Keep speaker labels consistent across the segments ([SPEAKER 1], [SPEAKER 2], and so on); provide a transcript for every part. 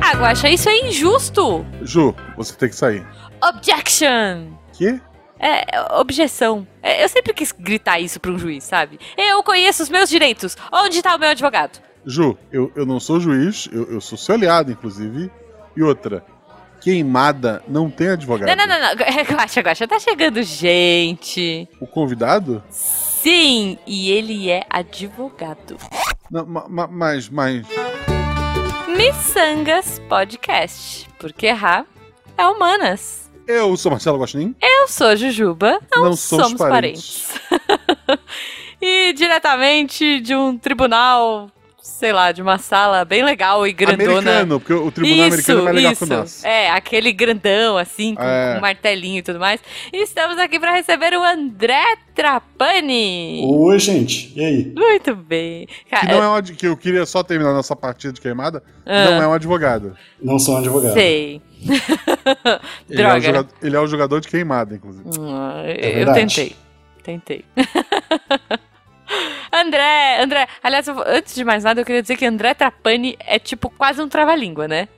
[SPEAKER 1] Ah, Guaxa, isso é injusto!
[SPEAKER 2] Ju, você tem que sair.
[SPEAKER 1] Objection!
[SPEAKER 2] Que?
[SPEAKER 1] É, é, objeção. É, eu sempre quis gritar isso pra um juiz, sabe? Eu conheço os meus direitos. Onde tá o meu advogado?
[SPEAKER 2] Ju, eu, eu não sou juiz, eu, eu sou seu aliado, inclusive. E outra, queimada não tem advogado.
[SPEAKER 1] Não, não, não, não. Guaxa, guaxa, tá chegando gente.
[SPEAKER 2] O convidado?
[SPEAKER 1] Sim, e ele é advogado.
[SPEAKER 2] Não, ma- ma- mas, mas.
[SPEAKER 1] Missangas Podcast. Porque errar é humanas.
[SPEAKER 2] Eu sou Marcelo Guaxinim?
[SPEAKER 1] Eu sou a Jujuba, não,
[SPEAKER 2] Não
[SPEAKER 1] somos,
[SPEAKER 2] somos
[SPEAKER 1] parentes. e diretamente de um tribunal, sei lá, de uma sala bem legal e grandona.
[SPEAKER 2] Americano, porque o tribunal americano é mais legal que o nosso.
[SPEAKER 1] É, aquele grandão, assim, com,
[SPEAKER 2] É.
[SPEAKER 1] com martelinho e tudo mais. E estamos aqui para receber o André Trapani.
[SPEAKER 3] Oi, gente. E aí?
[SPEAKER 1] Muito bem.
[SPEAKER 2] Que, não é um, ad- que eu queria só terminar nossa partida de queimada.
[SPEAKER 1] Ah.
[SPEAKER 2] Não é um advogado.
[SPEAKER 3] Não sou um advogado.
[SPEAKER 1] Sei.
[SPEAKER 2] Ele é, o
[SPEAKER 1] Droga. né?
[SPEAKER 2] jogador, ele é o jogador de queimada, inclusive.
[SPEAKER 1] Hum,
[SPEAKER 3] É
[SPEAKER 1] eu
[SPEAKER 3] verdade.
[SPEAKER 1] tentei. Tentei. André, André, aliás, eu vou- antes de mais nada, eu queria dizer que André Trapani é tipo quase um trava-língua, né?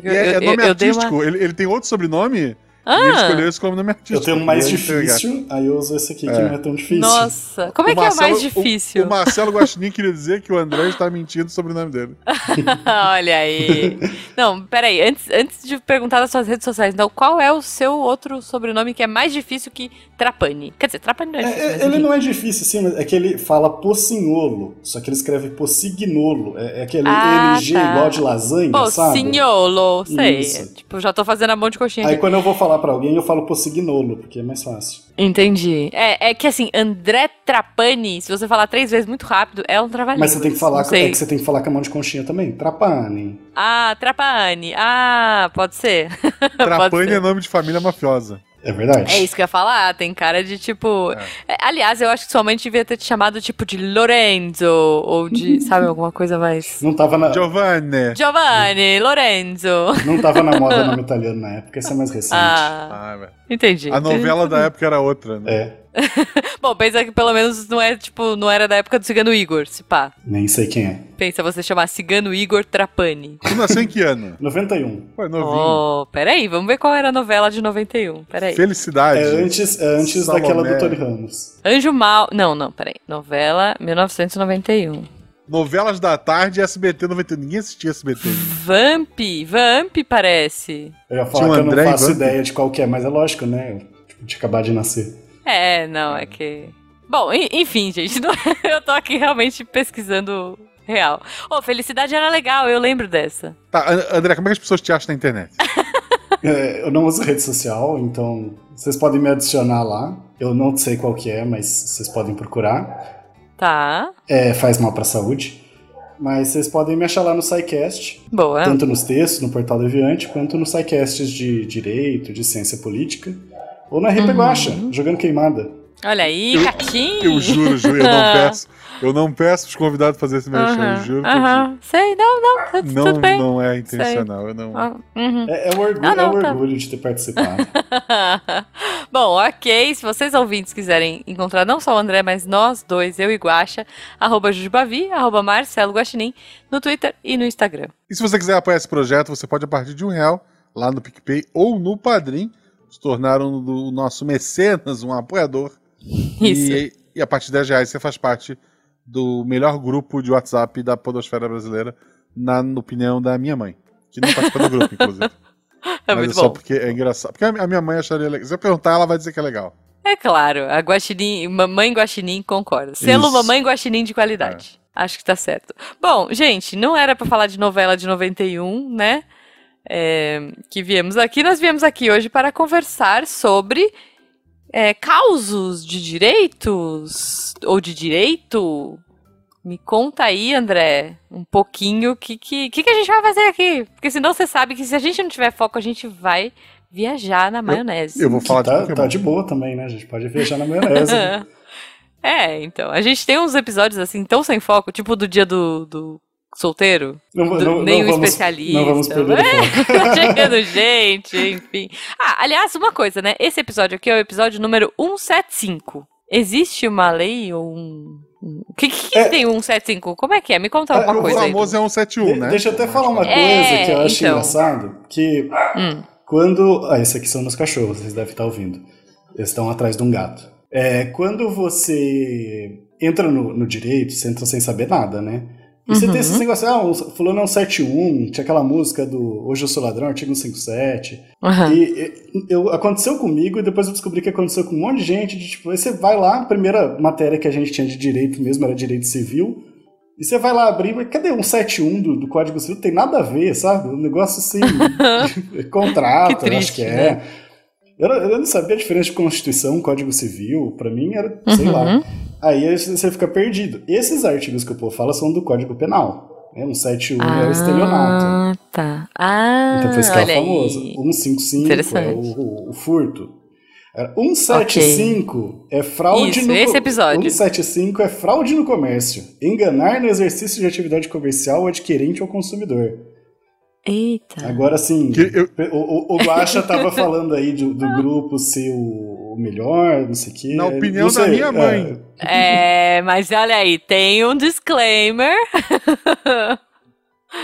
[SPEAKER 2] E é, é nome
[SPEAKER 1] dei uma-
[SPEAKER 2] artístico. Ele, ele tem outro sobrenome e ele
[SPEAKER 1] Ah,
[SPEAKER 2] escolheu esse como nome artístico.
[SPEAKER 3] Eu tenho um mais
[SPEAKER 2] E aí, tá ligado?
[SPEAKER 3] difícil, aí eu uso esse aqui que não é tão difícil.
[SPEAKER 1] nossa, como é que é o mais
[SPEAKER 2] Marcelo-
[SPEAKER 1] difícil?
[SPEAKER 2] O, Marcelo Guaxinim queria dizer que o André está mentindo sobre o nome dele.
[SPEAKER 1] Ah, Olha aí. Não, peraí, antes, antes de perguntar das suas redes sociais, então, qual é o seu outro sobrenome que é mais difícil que Trapani? Quer dizer, Trapani não é
[SPEAKER 3] É,
[SPEAKER 1] difícil,
[SPEAKER 3] é,
[SPEAKER 1] mas
[SPEAKER 3] ele
[SPEAKER 1] enfim.
[SPEAKER 3] não é difícil, sim, mas é que ele fala pocinholo, só que ele escreve pocignolo. É, é aquele
[SPEAKER 1] Ah,
[SPEAKER 3] LG
[SPEAKER 1] tá.
[SPEAKER 3] igual de lasanha,
[SPEAKER 1] Pô,
[SPEAKER 3] é, sabe?
[SPEAKER 1] Sinholo, sei.
[SPEAKER 3] Isso.
[SPEAKER 1] Tipo, já tô fazendo um monte de coxinha
[SPEAKER 3] Aí
[SPEAKER 1] aqui.
[SPEAKER 3] quando eu vou falar pra alguém, eu falo pocignolo, porque é mais fácil.
[SPEAKER 1] Entendi. É, é que assim, André Trapani, se você falar três vezes muito rápido, é um trabalhinho.
[SPEAKER 3] Mas você tem que falar,
[SPEAKER 1] Não
[SPEAKER 3] com, é
[SPEAKER 1] sei.
[SPEAKER 3] que você tem que falar com a mão de conchinha também. Trapane.
[SPEAKER 1] Ah, Trapani. Ah, pode ser. Pode
[SPEAKER 2] Trapani
[SPEAKER 1] ser.
[SPEAKER 2] é nome de família mafiosa.
[SPEAKER 3] É verdade?
[SPEAKER 1] É isso que eu ia falar, tem cara de tipo. É, Aliás, eu acho que sua mãe devia ter te chamado tipo de Lorenzo ou de, sabe, alguma coisa mais.
[SPEAKER 3] Não tava, na,
[SPEAKER 2] Giovanni.
[SPEAKER 1] Giovanni, Lorenzo.
[SPEAKER 3] não tava na moda o nome italiano na época, isso é mais recente.
[SPEAKER 1] Ah,
[SPEAKER 2] Ah, velho.
[SPEAKER 1] entendi.
[SPEAKER 2] a novela da época era outra, né?
[SPEAKER 3] É,
[SPEAKER 1] Bom, pensa que pelo menos não é tipo, não era da época do Cigano Igor, se pá.
[SPEAKER 3] nem sei quem é.
[SPEAKER 1] Pensa você chamar Cigano Igor Trapani.
[SPEAKER 2] Tu nasceu em que ano?
[SPEAKER 3] 91.
[SPEAKER 2] Ué, novinho.
[SPEAKER 1] Oh, peraí, vamos ver qual era a novela de 91. Peraí.
[SPEAKER 2] Felicidade.
[SPEAKER 3] É antes, é antes
[SPEAKER 2] Salomé.
[SPEAKER 3] daquela do Tony Ramos.
[SPEAKER 1] Anjo Mal. Não, não, peraí. Novela 1991.
[SPEAKER 2] Novelas da tarde e SBT 91. Ninguém assistia SBT.
[SPEAKER 1] Vamp, Vamp parece.
[SPEAKER 3] Eu
[SPEAKER 2] Tinha
[SPEAKER 3] ia falar
[SPEAKER 2] o
[SPEAKER 3] que eu não
[SPEAKER 2] André e
[SPEAKER 3] faço
[SPEAKER 2] Vamp.
[SPEAKER 3] ideia de qual que é, mas é lógico, né? Eu, tipo, de acabar de nascer.
[SPEAKER 1] É, não, é que. Bom, en- enfim, gente, não- eu tô aqui realmente pesquisando real. Ô, Felicidade era legal, eu lembro dessa.
[SPEAKER 2] Tá, An- André, como é que as pessoas te acham na internet?
[SPEAKER 3] É, eu não uso rede social, então vocês podem me adicionar lá. Eu não sei qual que é, mas vocês podem procurar.
[SPEAKER 1] Tá,
[SPEAKER 3] É, faz mal pra saúde. Mas vocês podem me achar lá no SciCast,
[SPEAKER 1] boa.
[SPEAKER 2] Então,
[SPEAKER 3] tanto nos textos, no Portal Deviante, quanto nos SciCasts de Direito, de Ciência Política, ou na
[SPEAKER 1] Uhum.
[SPEAKER 3] Ripa Guacha, jogando queimada.
[SPEAKER 1] Olha aí,
[SPEAKER 2] Eu-
[SPEAKER 1] gatinho.
[SPEAKER 2] Eu juro, Ju, eu não peço. Eu não peço os convidados fazer esse merchan.
[SPEAKER 1] Ah. Aham,
[SPEAKER 2] eu juro que eu
[SPEAKER 1] aham. Sei, não, não, tá-
[SPEAKER 2] juro. não,
[SPEAKER 1] tudo bem.
[SPEAKER 2] não é intencional. Eu não...
[SPEAKER 1] Ah, uhum.
[SPEAKER 3] É, é um orgulho,
[SPEAKER 1] Ah, não,
[SPEAKER 3] é um
[SPEAKER 1] tá.
[SPEAKER 3] orgulho de ter participado.
[SPEAKER 1] Bom, ok. Se vocês ouvintes quiserem encontrar não só o André, mas nós dois, eu e Guaxa, arroba Jujubavi, arroba Marcelo Guaxinim, no Twitter e no Instagram.
[SPEAKER 2] E se você quiser apoiar esse projeto, você pode, a partir de um real, lá no PicPay ou no Padrim, se tornar um do nosso mecenas, um apoiador.
[SPEAKER 1] Isso. é
[SPEAKER 2] E, e a partir de 10 reais você faz parte do melhor grupo de WhatsApp da podosfera brasileira, na opinião da minha mãe. Que não participa do grupo, inclusive.
[SPEAKER 1] É
[SPEAKER 2] Mas
[SPEAKER 1] muito
[SPEAKER 2] só
[SPEAKER 1] bom.
[SPEAKER 2] porque é engraçado. Porque a minha mãe acharia legal. Se eu perguntar, ela vai dizer que é legal.
[SPEAKER 1] É claro, a Guaxinim, Mamãe Guaxinim concorda. Selo
[SPEAKER 2] Isso. É.
[SPEAKER 1] Mamãe Guaxinim de qualidade. Acho que tá certo. Bom, gente, não era pra falar de novela de 91, né? É, que viemos aqui. Nós viemos aqui hoje para conversar sobre é, causos de direitos ou de direito. Me conta aí, André, um pouquinho o que, que, que, que a gente vai fazer aqui. Porque senão você sabe que se a gente não tiver foco, a gente vai viajar na maionese.
[SPEAKER 2] Eu vou falar de
[SPEAKER 3] tá,
[SPEAKER 2] Pokémon.
[SPEAKER 3] tá de boa também, né? A gente pode viajar na maionese. né?
[SPEAKER 1] É, então. A gente tem uns episódios assim tão sem foco, tipo do dia do, do solteiro.
[SPEAKER 3] Não, va-
[SPEAKER 1] Do-
[SPEAKER 3] não-
[SPEAKER 1] nem
[SPEAKER 3] não
[SPEAKER 1] o
[SPEAKER 3] vamos-
[SPEAKER 1] especialista.
[SPEAKER 3] Não vamos perder o foco.
[SPEAKER 1] Tá chegando gente, enfim. Ah, aliás, uma coisa, né? Esse episódio aqui é o episódio número 175. Existe uma lei ou um, O que, que, que é, tem 175? Como é que é? Me conta alguma
[SPEAKER 2] o
[SPEAKER 1] coisa.
[SPEAKER 2] O famoso
[SPEAKER 1] aí,
[SPEAKER 2] é 171,
[SPEAKER 3] De-
[SPEAKER 2] né?
[SPEAKER 3] Deixa eu até falar uma coisa
[SPEAKER 1] É,
[SPEAKER 3] que eu acho
[SPEAKER 1] então.
[SPEAKER 3] engraçado, que
[SPEAKER 1] Hum.
[SPEAKER 3] quando... Ah, esse aqui são meus cachorros, vocês devem estar ouvindo. Eles estão atrás de um gato. É, quando você entra no, no direito, você entra sem saber nada, né? E você
[SPEAKER 1] Uhum.
[SPEAKER 3] tem esses negócios, ah, o fulano é um 71, tinha aquela música do Hoje Eu Sou Ladrão, artigo 157,
[SPEAKER 1] Aham.
[SPEAKER 3] E, e, eu, aconteceu comigo e depois eu descobri que aconteceu com um monte de gente. De, tipo, aí você vai lá, a primeira matéria que a gente tinha de direito mesmo era direito civil. E você vai lá abrir, mas cadê um 71 do, do Código Civil? Tem nada a ver, sabe? Um negócio assim. contrato,
[SPEAKER 1] Que triste,
[SPEAKER 3] eu acho que é.
[SPEAKER 1] né?
[SPEAKER 3] Eu, não- eu não sabia a diferença de Constituição, Código Civil. Pra mim era, sei lá.
[SPEAKER 1] Uhum.
[SPEAKER 3] Aí você fica perdido. Esses artigos que o povo fala são do Código Penal. Né? Um 71 é o estelionato.
[SPEAKER 1] Ah, tá. Ah,
[SPEAKER 3] Então por isso que
[SPEAKER 1] olha
[SPEAKER 3] é o famoso.
[SPEAKER 1] aí.
[SPEAKER 3] 155 é
[SPEAKER 1] Interessante.
[SPEAKER 3] o, o- o furto. Era 175 é fraude
[SPEAKER 1] Isso,
[SPEAKER 3] no
[SPEAKER 1] esse
[SPEAKER 3] co-
[SPEAKER 1] episódio.
[SPEAKER 3] 175 é fraude no comércio. Enganar no exercício de atividade comercial o adquirente ou consumidor.
[SPEAKER 1] Eita.
[SPEAKER 3] Agora assim,
[SPEAKER 2] Que eu-
[SPEAKER 3] o, o, o Guaxa tava falando aí do, do grupo ser o, o melhor, não sei o quê.
[SPEAKER 2] Na opinião
[SPEAKER 3] Não sei,
[SPEAKER 2] da minha
[SPEAKER 3] é,
[SPEAKER 2] mãe.
[SPEAKER 1] É, mas olha aí, tem um disclaimer.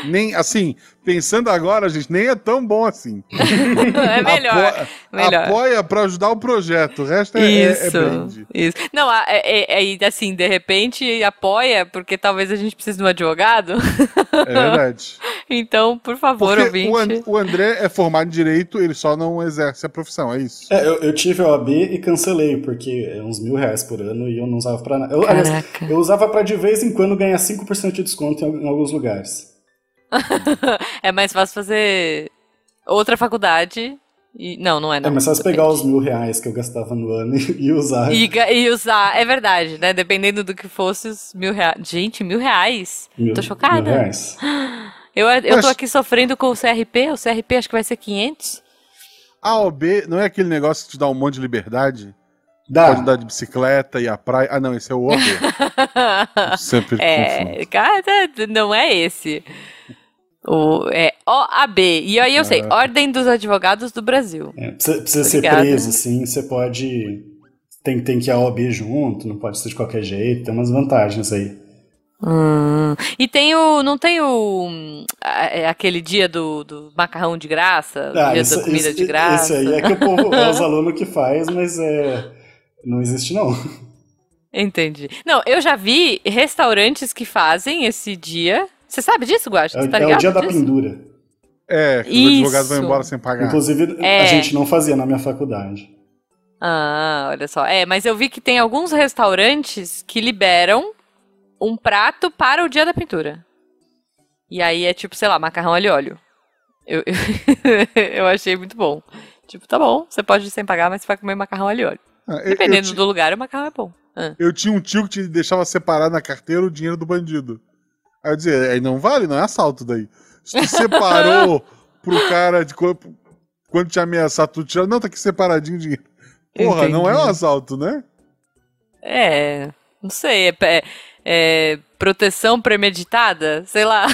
[SPEAKER 2] Nem, assim, pensando agora, gente, nem é tão bom assim.
[SPEAKER 1] é melhor.
[SPEAKER 2] Apo-
[SPEAKER 1] melhor.
[SPEAKER 2] Apoia pra ajudar o projeto. O resto é, é- é
[SPEAKER 1] Isso,
[SPEAKER 2] brand.
[SPEAKER 1] isso. Não, a- é, é- é- assim, de repente apoia, porque talvez a gente precise de um advogado.
[SPEAKER 2] É verdade.
[SPEAKER 1] Então, por favor,
[SPEAKER 2] Porque
[SPEAKER 1] ouvinte.
[SPEAKER 2] o, An- o André é formado em direito, ele só não exerce a profissão, é isso.
[SPEAKER 3] É, eu, eu tive a OAB e cancelei, porque é uns mil reais por ano e eu não usava pra nada. Eu, aliás,
[SPEAKER 1] Caraca.
[SPEAKER 3] eu usava pra de vez em quando ganhar 5% de desconto em, al- em alguns lugares.
[SPEAKER 1] É mais fácil fazer outra faculdade. E... Não, não é,
[SPEAKER 3] É,
[SPEAKER 1] não.
[SPEAKER 3] mas só se
[SPEAKER 1] Depende.
[SPEAKER 3] pegar os mil reais que eu gastava no ano e, e usar.
[SPEAKER 1] E, ga- e usar, é verdade, né? Dependendo do que fosse, os mil reais. Gente, mil reais?
[SPEAKER 3] mil,
[SPEAKER 1] tô chocada.
[SPEAKER 3] mil reais.
[SPEAKER 1] Eu, eu
[SPEAKER 2] Mas-
[SPEAKER 1] tô aqui sofrendo com o CRP, o CRP acho que vai ser 500.
[SPEAKER 2] A OB não é aquele negócio que te dá um monte de liberdade?
[SPEAKER 3] Dá.
[SPEAKER 2] Pode andar de bicicleta e a praia. Ah, não, esse é o OB. Sempre confundo.
[SPEAKER 1] É, cara, não é esse. O, é OAB. E aí eu sei,
[SPEAKER 3] Ah.
[SPEAKER 2] Caraca.
[SPEAKER 1] Ordem dos Advogados do Brasil.
[SPEAKER 3] É, precisa precisa ser
[SPEAKER 1] Obrigada.
[SPEAKER 3] preso, sim. Você pode. Tem, tem que ir a OAB junto, não pode ser de qualquer jeito. Tem umas vantagens aí.
[SPEAKER 1] Hum. E tem o. Não tem o. hum, a- é aquele dia do, do macarrão de graça? o dia da comida de graça?
[SPEAKER 3] Ah, Isso aí é que o povo, é os alunos que faz, mas é. Não existe, não. é.
[SPEAKER 1] Entendi. Não, eu já vi restaurantes que fazem esse dia. Você sabe disso, Guacha?
[SPEAKER 3] É,
[SPEAKER 1] Você
[SPEAKER 3] o-
[SPEAKER 1] tá
[SPEAKER 3] é o
[SPEAKER 1] ligado
[SPEAKER 3] dia da
[SPEAKER 1] disso?
[SPEAKER 3] pendura.
[SPEAKER 2] É, que os
[SPEAKER 1] Isso.
[SPEAKER 2] advogados vão embora sem pagar.
[SPEAKER 3] Inclusive,
[SPEAKER 1] É.
[SPEAKER 3] a gente não fazia na minha faculdade.
[SPEAKER 1] Ah, olha só. É, mas eu vi que tem alguns restaurantes que liberam um prato para o dia da pintura. E aí é tipo, sei lá, macarrão alho e óleo. Eu, eu achei muito bom. Tipo, tá bom, você pode ir sem pagar, mas você vai comer macarrão alho e óleo.
[SPEAKER 2] Ah, eu- eu
[SPEAKER 1] Dependendo
[SPEAKER 2] ti-
[SPEAKER 1] do lugar, o macarrão é bom.
[SPEAKER 2] Eu tinha um tio que te deixava separar na carteira o dinheiro do bandido. Aí eu dizia, aí não vale, não é assalto daí. Se tu separou pro cara de quando, quando te ameaçar, tu tira. Não, tá aqui separadinho o dinheiro. Porra, não é um assalto, né?
[SPEAKER 1] É, não sei, é, é- é proteção premeditada? Sei lá.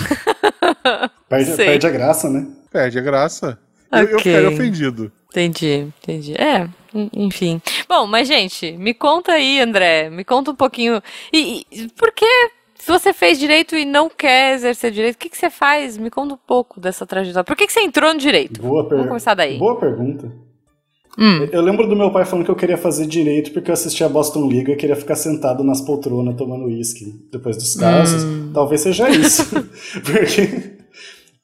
[SPEAKER 3] Perde,
[SPEAKER 1] Sei.
[SPEAKER 3] perde a graça, né?
[SPEAKER 2] Perde a graça. Eu, eu
[SPEAKER 1] Ok.
[SPEAKER 2] ficaria ofendido.
[SPEAKER 1] Entendi, entendi. É, en- enfim. Bom, mas gente, me conta aí, André, me conta um pouquinho. E, e por que se você fez direito e não quer exercer direito, o que, que você faz? Me conta um pouco dessa trajetória. Por que, que você entrou no direito?
[SPEAKER 3] Boa, per...
[SPEAKER 1] Vamos começar daí.
[SPEAKER 3] Boa pergunta.
[SPEAKER 1] Hum.
[SPEAKER 3] Eu lembro do meu pai falando que eu queria fazer direito porque eu assistia a Boston League e queria ficar sentado nas poltronas tomando uísque depois dos casos.
[SPEAKER 1] Hum.
[SPEAKER 3] Talvez seja isso. porque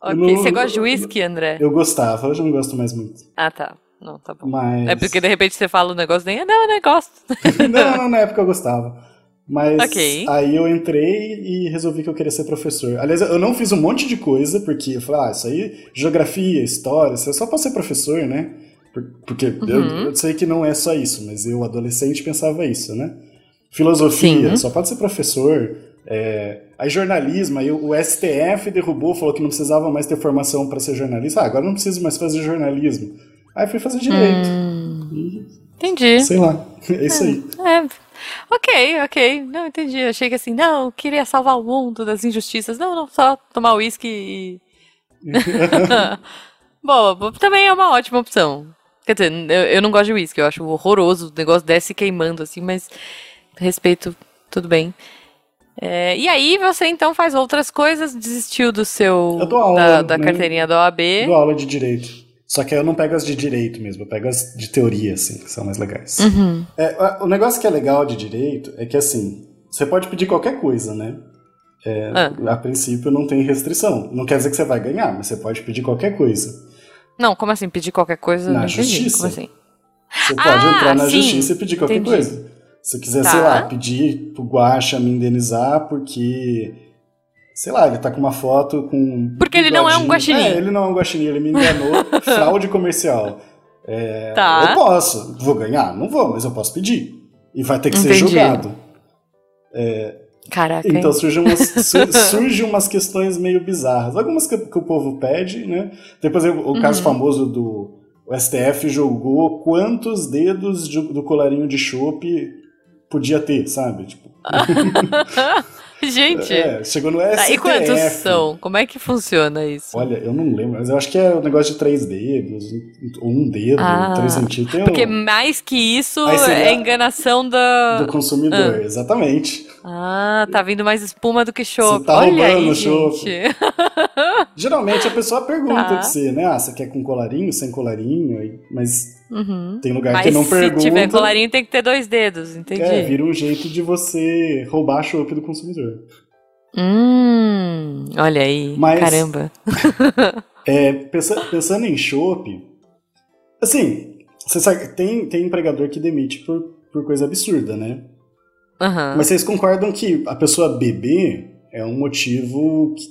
[SPEAKER 1] Ok,
[SPEAKER 3] não-
[SPEAKER 1] você gosta de uísque, André?
[SPEAKER 3] eu gostava, hoje não gosto mais muito.
[SPEAKER 1] Ah, tá. Não, tá bom.
[SPEAKER 3] Mas.
[SPEAKER 1] É porque de repente você fala um negócio nem, ah, não, eu não gosto.
[SPEAKER 3] não, não, na época eu gostava. Mas
[SPEAKER 1] Ok.
[SPEAKER 3] aí eu entrei e resolvi que eu queria ser professor. Aliás, eu não fiz um monte de coisa, porque eu falei, ah, isso aí, geografia, história, isso é só pra ser professor, né? Por- Porque eu,
[SPEAKER 1] Uhum.
[SPEAKER 3] eu sei que não é só isso, mas eu, adolescente, pensava isso, né? Filosofia,
[SPEAKER 1] Sim.
[SPEAKER 3] só pode ser professor. É... Aí jornalismo, aí o STF derrubou, falou que não precisava mais ter formação pra ser jornalista. Ah, agora eu não preciso mais fazer jornalismo. Aí fui fazer direito.
[SPEAKER 1] Hum,
[SPEAKER 3] E,
[SPEAKER 1] entendi.
[SPEAKER 3] sei lá, é isso aí.
[SPEAKER 1] É. Ok, ok. Não entendi. Achei que assim, não, eu queria salvar o mundo das injustiças. Não, não, só tomar uísque e. Boa, bo- também é uma ótima opção. Quer dizer, eu, eu não gosto de uísque, eu acho horroroso o negócio desce queimando, assim, mas respeito, tudo bem. É, e aí você então faz outras coisas, desistiu do seu
[SPEAKER 3] Eu dou aula,
[SPEAKER 1] É. da, da
[SPEAKER 3] né?
[SPEAKER 1] carteirinha da OAB.
[SPEAKER 3] Eu dou aula de direito. Só que eu não pego as de direito mesmo, eu pego as de teoria, assim, que são mais legais.
[SPEAKER 1] Uhum.
[SPEAKER 3] É, a- o negócio que é legal de direito é que, assim, você pode pedir qualquer coisa, né? É,
[SPEAKER 1] Ah.
[SPEAKER 3] A princípio não tem restrição. Não quer dizer que você vai ganhar, mas você pode pedir qualquer coisa.
[SPEAKER 1] Não, como assim? Pedir qualquer coisa?
[SPEAKER 3] Na
[SPEAKER 1] não entendi,
[SPEAKER 3] justiça.
[SPEAKER 1] Como assim?
[SPEAKER 3] Você pode
[SPEAKER 1] Ah,
[SPEAKER 3] entrar na
[SPEAKER 1] sim.
[SPEAKER 3] justiça e pedir qualquer
[SPEAKER 1] Entendi.
[SPEAKER 3] coisa. Se quiser,
[SPEAKER 1] Tá.
[SPEAKER 3] sei lá, pedir pro Guaxa me indenizar porque. Sei lá, ele tá com uma foto com.
[SPEAKER 1] Porque ele não é um
[SPEAKER 3] bigodinho.
[SPEAKER 1] guaxinim.
[SPEAKER 3] É, ele não é um guaxinim, ele me enganou. fraude comercial. É,
[SPEAKER 1] Tá.
[SPEAKER 3] Eu posso. Vou ganhar? Não vou, mas eu posso pedir. E vai ter que ser
[SPEAKER 1] Entendi.
[SPEAKER 3] julgado.
[SPEAKER 1] Caraca. hein?
[SPEAKER 3] Então surgem umas, sur- surgem umas questões meio bizarras. Algumas que, que o povo pede, né? Depois o, o caso
[SPEAKER 1] Uhum.
[SPEAKER 3] famoso do o STF julgou quantos dedos de- do colarinho de chope podia ter, sabe? Tipo,
[SPEAKER 1] Gente,
[SPEAKER 3] é, chegou no
[SPEAKER 1] tá,
[SPEAKER 3] STF.
[SPEAKER 1] e quantos são? Como é que funciona isso?
[SPEAKER 3] Olha, eu não lembro, mas eu acho que é um negócio de três dedos, ou um dedo,
[SPEAKER 1] Ah,
[SPEAKER 3] três centímetros. tem um-
[SPEAKER 1] Porque mais que isso
[SPEAKER 3] Aí seria-
[SPEAKER 1] é enganação da.
[SPEAKER 3] do consumidor, exatamente.
[SPEAKER 1] Ah, tá vindo mais espuma do que chope.
[SPEAKER 3] Você tá
[SPEAKER 1] Olha
[SPEAKER 3] roubando
[SPEAKER 1] aí,
[SPEAKER 3] o chope.
[SPEAKER 1] gente.
[SPEAKER 3] Geralmente a pessoa pergunta
[SPEAKER 1] Tá.
[SPEAKER 3] pra você, né? Ah, você quer com colarinho, sem colarinho? Aí- Mas
[SPEAKER 1] Uhum.
[SPEAKER 3] tem lugar É que
[SPEAKER 1] Mas
[SPEAKER 3] não
[SPEAKER 1] se
[SPEAKER 3] pergunta.
[SPEAKER 1] tiver colarinho tem que ter dois dedos, entendi.
[SPEAKER 3] É, vira um jeito de você roubar a chope do consumidor.
[SPEAKER 1] Hum, olha aí,
[SPEAKER 3] Mas-
[SPEAKER 1] caramba.
[SPEAKER 3] É, pensa- pensando em chope, assim, você sabe, que tem, tem empregador que demite por, por coisa absurda, né?
[SPEAKER 1] Aham.
[SPEAKER 3] Mas vocês concordam que a pessoa beber é um motivo que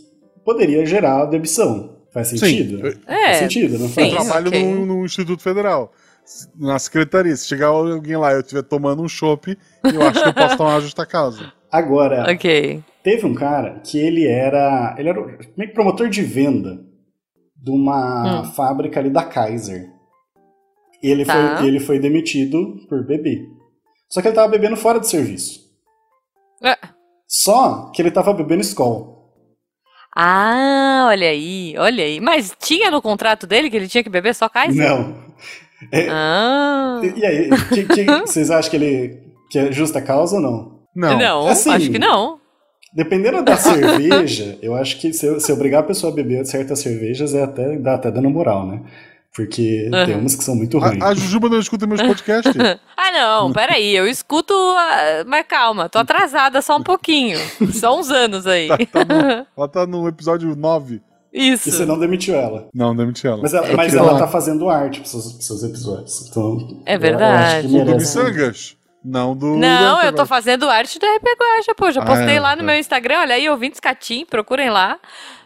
[SPEAKER 3] poderia gerar demissão? Faz sentido?
[SPEAKER 2] Sim, eu-
[SPEAKER 1] É,
[SPEAKER 3] Faz sentido, não
[SPEAKER 2] eu
[SPEAKER 1] sim.
[SPEAKER 3] faz?
[SPEAKER 2] trabalho
[SPEAKER 1] ok.
[SPEAKER 2] num, num Instituto Federal, s- na secretaria. Se chegar alguém lá e eu estiver tomando um chopp, eu acho que eu posso tomar uma justa causa.
[SPEAKER 3] Agora,
[SPEAKER 1] É ok.
[SPEAKER 3] Teve um cara que ele era. Ele era meio que promotor de venda de uma
[SPEAKER 1] Hum.
[SPEAKER 3] fábrica ali da Kaiser. E ele,
[SPEAKER 1] Tá.
[SPEAKER 3] foi, ele foi demitido por beber. Só que ele tava bebendo fora do serviço.
[SPEAKER 1] É.
[SPEAKER 3] Só que ele tava bebendo Skol.
[SPEAKER 1] Ah, olha aí, olha aí. Mas tinha no contrato dele que ele tinha que beber só Kaiser?
[SPEAKER 3] Não.
[SPEAKER 1] Ah.
[SPEAKER 3] E, e aí, que- que- vocês acham que ele. que é justa causa ou não?
[SPEAKER 2] Não.
[SPEAKER 3] assim-
[SPEAKER 1] acho que não.
[SPEAKER 3] Dependendo da cerveja, eu acho que se, se obrigar a pessoa a beber certas cervejas é até, dá até dando moral, né? Porque
[SPEAKER 1] Aham.
[SPEAKER 3] tem umas que são muito ruins.
[SPEAKER 2] A, a Jujuba não escuta meus podcasts.
[SPEAKER 1] Ah, não, peraí, eu escuto, ah, mas calma, tô atrasada só um pouquinho, só uns anos aí.
[SPEAKER 2] Tá, tá no- ela tá no episódio 9.
[SPEAKER 1] Isso.
[SPEAKER 3] E você não demitiu ela.
[SPEAKER 2] Não, demiti ela.
[SPEAKER 3] Mas ela,
[SPEAKER 1] É
[SPEAKER 2] Eu
[SPEAKER 3] mas
[SPEAKER 2] queria
[SPEAKER 3] ela
[SPEAKER 2] falar.
[SPEAKER 3] tá fazendo arte pros seus, pros seus episódios. Então,
[SPEAKER 1] tipo É
[SPEAKER 3] eu-
[SPEAKER 1] verdade.
[SPEAKER 3] Eu, acho que
[SPEAKER 2] Do
[SPEAKER 3] merece.
[SPEAKER 2] Missangas? Não, do.
[SPEAKER 1] Não,
[SPEAKER 2] do-
[SPEAKER 1] eu tô fazendo arte da RP Guacha, pô. Já
[SPEAKER 2] então Ah,
[SPEAKER 1] postei
[SPEAKER 2] é,
[SPEAKER 1] lá no
[SPEAKER 2] é.
[SPEAKER 1] meu Instagram, olha aí, ouvintes Catim, procurem lá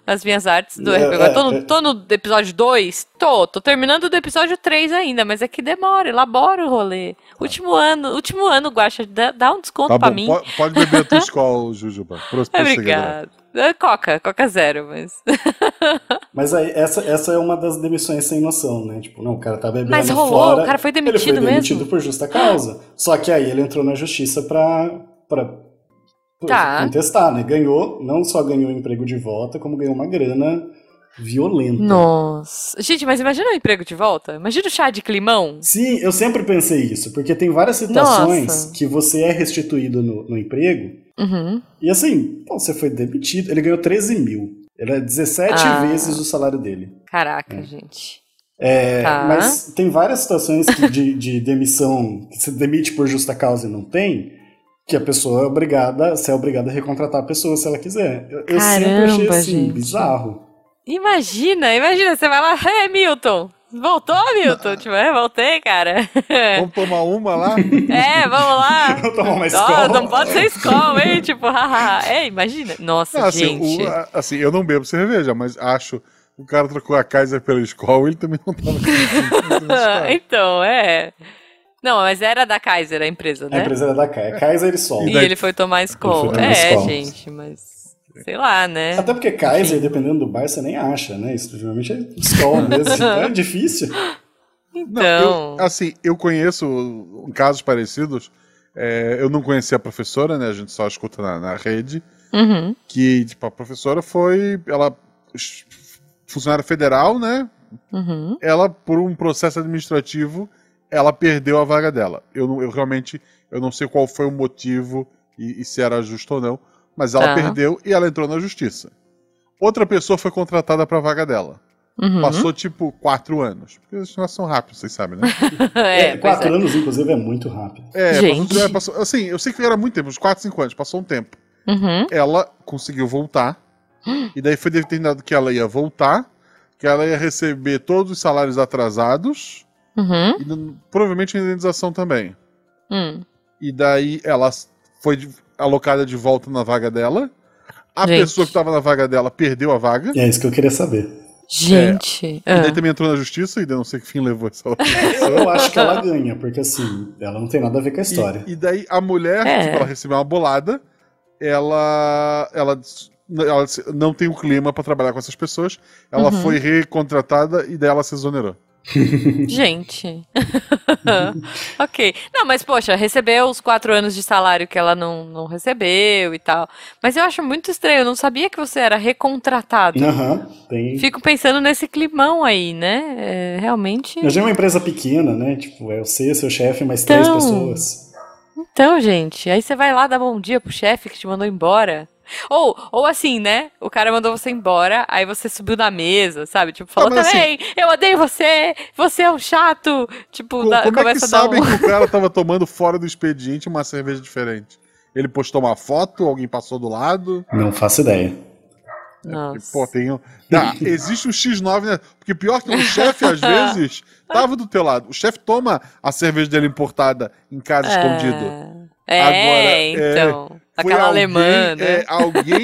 [SPEAKER 1] as minhas artes do
[SPEAKER 3] É,
[SPEAKER 1] RP Guacha. Tô, no-
[SPEAKER 3] é, é.
[SPEAKER 1] tô no episódio 2? Tô, tô terminando do episódio 3 ainda, mas é que demora, elabora o rolê. Último ano, último ano, Guacha, dá, dá um desconto
[SPEAKER 2] Tá
[SPEAKER 1] pra
[SPEAKER 2] bom,
[SPEAKER 1] mim.
[SPEAKER 2] po- pode beber a tua escola, Jujuba. Pro- prossiga, galera.
[SPEAKER 1] Obrigada. É Coca, Coca Zero, mas.
[SPEAKER 3] Mas aí, essa, essa é uma das demissões sem noção, né? Tipo, não, o cara tá bebendo
[SPEAKER 1] Mas rolou,
[SPEAKER 3] fora.
[SPEAKER 1] o cara foi
[SPEAKER 3] Ele foi
[SPEAKER 1] demitido
[SPEAKER 3] demitido
[SPEAKER 1] mesmo?
[SPEAKER 3] por justa causa. Só que aí ele entrou na justiça pra, pra
[SPEAKER 1] Tá.
[SPEAKER 3] contestar, né? Ganhou, não só ganhou o emprego de volta, como ganhou uma grana violenta.
[SPEAKER 1] Nossa. Gente, mas imagina o emprego de volta? Imagina o chá de climão?
[SPEAKER 3] Sim, eu sempre pensei isso, porque tem várias situações
[SPEAKER 1] Nossa.
[SPEAKER 3] que você é restituído no, no emprego
[SPEAKER 1] Uhum.
[SPEAKER 3] E assim, pô, você foi demitido. Ele ganhou 13 mil. Era 17
[SPEAKER 1] Ah.
[SPEAKER 3] vezes o salário dele.
[SPEAKER 1] Caraca, gente.
[SPEAKER 3] É,
[SPEAKER 1] Tá.
[SPEAKER 3] Mas tem várias situações que de, de demissão que se demite por justa causa e não tem, que a pessoa é obrigada, você é obrigada a recontratar a pessoa se ela quiser. Eu, eu sempre achei
[SPEAKER 1] Caramba,
[SPEAKER 3] assim,
[SPEAKER 1] gente.
[SPEAKER 3] bizarro.
[SPEAKER 1] Imagina, imagina, você vai lá, é Milton. Voltou, Milton? Tipo, é, voltei, cara.
[SPEAKER 2] Vamos tomar uma lá?
[SPEAKER 1] É, vamos lá.
[SPEAKER 3] Vou tomar uma
[SPEAKER 1] Ó,
[SPEAKER 3] escola.
[SPEAKER 1] não pode ser escola, hein? Tipo, haha. É, imagina. Nossa,
[SPEAKER 2] Não,
[SPEAKER 3] Ah,
[SPEAKER 2] assim,
[SPEAKER 1] gente.
[SPEAKER 2] o- a- assim, eu não bebo cerveja, mas acho. O cara trocou a Kaiser pela escola, ele também não tava. com-
[SPEAKER 1] então, é. Não, mas era da Kaiser a empresa,
[SPEAKER 3] A
[SPEAKER 1] né?
[SPEAKER 3] empresa era da Kai, é Kaiser e Sol.
[SPEAKER 1] E
[SPEAKER 2] daí-
[SPEAKER 1] ele foi tomar
[SPEAKER 2] Ele
[SPEAKER 1] escola.
[SPEAKER 2] foi tomar
[SPEAKER 1] É,
[SPEAKER 3] escola.
[SPEAKER 1] gente, mas. Sei lá, né?
[SPEAKER 3] Até porque Kaiser, dependendo do bar, você nem acha, né? Isso geralmente é escola mesmo. então é difícil.
[SPEAKER 2] Não,
[SPEAKER 1] Então.
[SPEAKER 2] eu- assim, eu conheço casos parecidos. É, eu não conhecia a professora, né? A gente só escuta na, na rede.
[SPEAKER 1] Uhum.
[SPEAKER 2] Que, tipo, a professora foi. Ela. Funcionária federal, né?
[SPEAKER 1] Uhum.
[SPEAKER 2] ela, por um processo administrativo, ela perdeu a vaga dela. Eu, não- eu realmente eu não sei qual foi o motivo e, e se era justo ou não, Mas ela
[SPEAKER 1] Tá.
[SPEAKER 2] perdeu e ela entrou na justiça. Outra pessoa foi contratada pra vaga dela.
[SPEAKER 1] Uhum.
[SPEAKER 2] Passou tipo quatro anos. Porque esses negócios são rápidos, vocês sabem, né?
[SPEAKER 1] É, pois
[SPEAKER 3] quatro
[SPEAKER 1] é.
[SPEAKER 3] anos, inclusive, é muito rápido.
[SPEAKER 2] É,
[SPEAKER 1] Gente.
[SPEAKER 2] Passou, é, passou- assim, eu sei que era muito tempo, uns 4, 5 anos, passou um tempo.
[SPEAKER 1] Uhum.
[SPEAKER 2] Ela conseguiu voltar. e daí foi determinado que ela ia voltar, que ela ia receber todos os salários atrasados
[SPEAKER 1] Uhum.
[SPEAKER 2] e n- provavelmente indenização também.
[SPEAKER 1] Hum.
[SPEAKER 2] E daí ela s- foi de- alocada de volta na vaga dela. A
[SPEAKER 1] Gente.
[SPEAKER 2] pessoa que tava na vaga dela perdeu a vaga.
[SPEAKER 3] É isso que eu queria saber.
[SPEAKER 1] Gente.
[SPEAKER 2] E
[SPEAKER 1] ah.
[SPEAKER 2] daí também entrou na justiça, e daí não sei que fim levou essa outra pessoa.
[SPEAKER 3] Eu acho que ela ganha, porque assim, ela não tem nada a ver com a história.
[SPEAKER 2] E, e daí a mulher,
[SPEAKER 1] É.
[SPEAKER 2] tipo, ela recebeu uma bolada, ela, ela, dis- ela disse, não tem o clima pra trabalhar com essas pessoas, ela
[SPEAKER 1] Uhum.
[SPEAKER 2] foi recontratada e daí ela se exonerou.
[SPEAKER 1] Gente. ok. Não, mas poxa, recebeu os quatro anos de salário que ela não, não recebeu e tal. Mas eu acho muito estranho, eu não sabia que você era recontratado.
[SPEAKER 3] Aham, tem.
[SPEAKER 1] Fico pensando nesse climão aí, né? É, realmente.
[SPEAKER 3] Imagina uma empresa pequena, né? Tipo, é você, seu chefe, mais
[SPEAKER 1] Então.
[SPEAKER 3] três pessoas.
[SPEAKER 1] Então, gente, aí você vai lá dar bom dia pro chefe que te mandou embora. Ou, ou assim, né? O cara mandou você embora, aí você subiu na mesa, sabe? Tipo, falou
[SPEAKER 2] mas assim-
[SPEAKER 1] também, eu odeio você, você é um chato. Tipo,
[SPEAKER 2] Co-
[SPEAKER 1] dá-
[SPEAKER 2] Como é que
[SPEAKER 1] começa a dar
[SPEAKER 2] sabem
[SPEAKER 1] um...
[SPEAKER 2] que o cara tava tomando fora do expediente uma cerveja diferente? Ele postou uma foto, alguém passou do lado.
[SPEAKER 3] Não faço ideia.
[SPEAKER 2] E,
[SPEAKER 1] Nossa.
[SPEAKER 2] né, pô, tem um... Tá, existe o X9, né? Porque pior que o chefe, às vezes, tava do teu lado. O chefe toma a cerveja dele importada em casa tá escondido.
[SPEAKER 1] É,
[SPEAKER 2] Agora, é,
[SPEAKER 1] é então.
[SPEAKER 2] Foi
[SPEAKER 1] aquela
[SPEAKER 2] alguém,
[SPEAKER 1] alemã, né?
[SPEAKER 2] é, alguém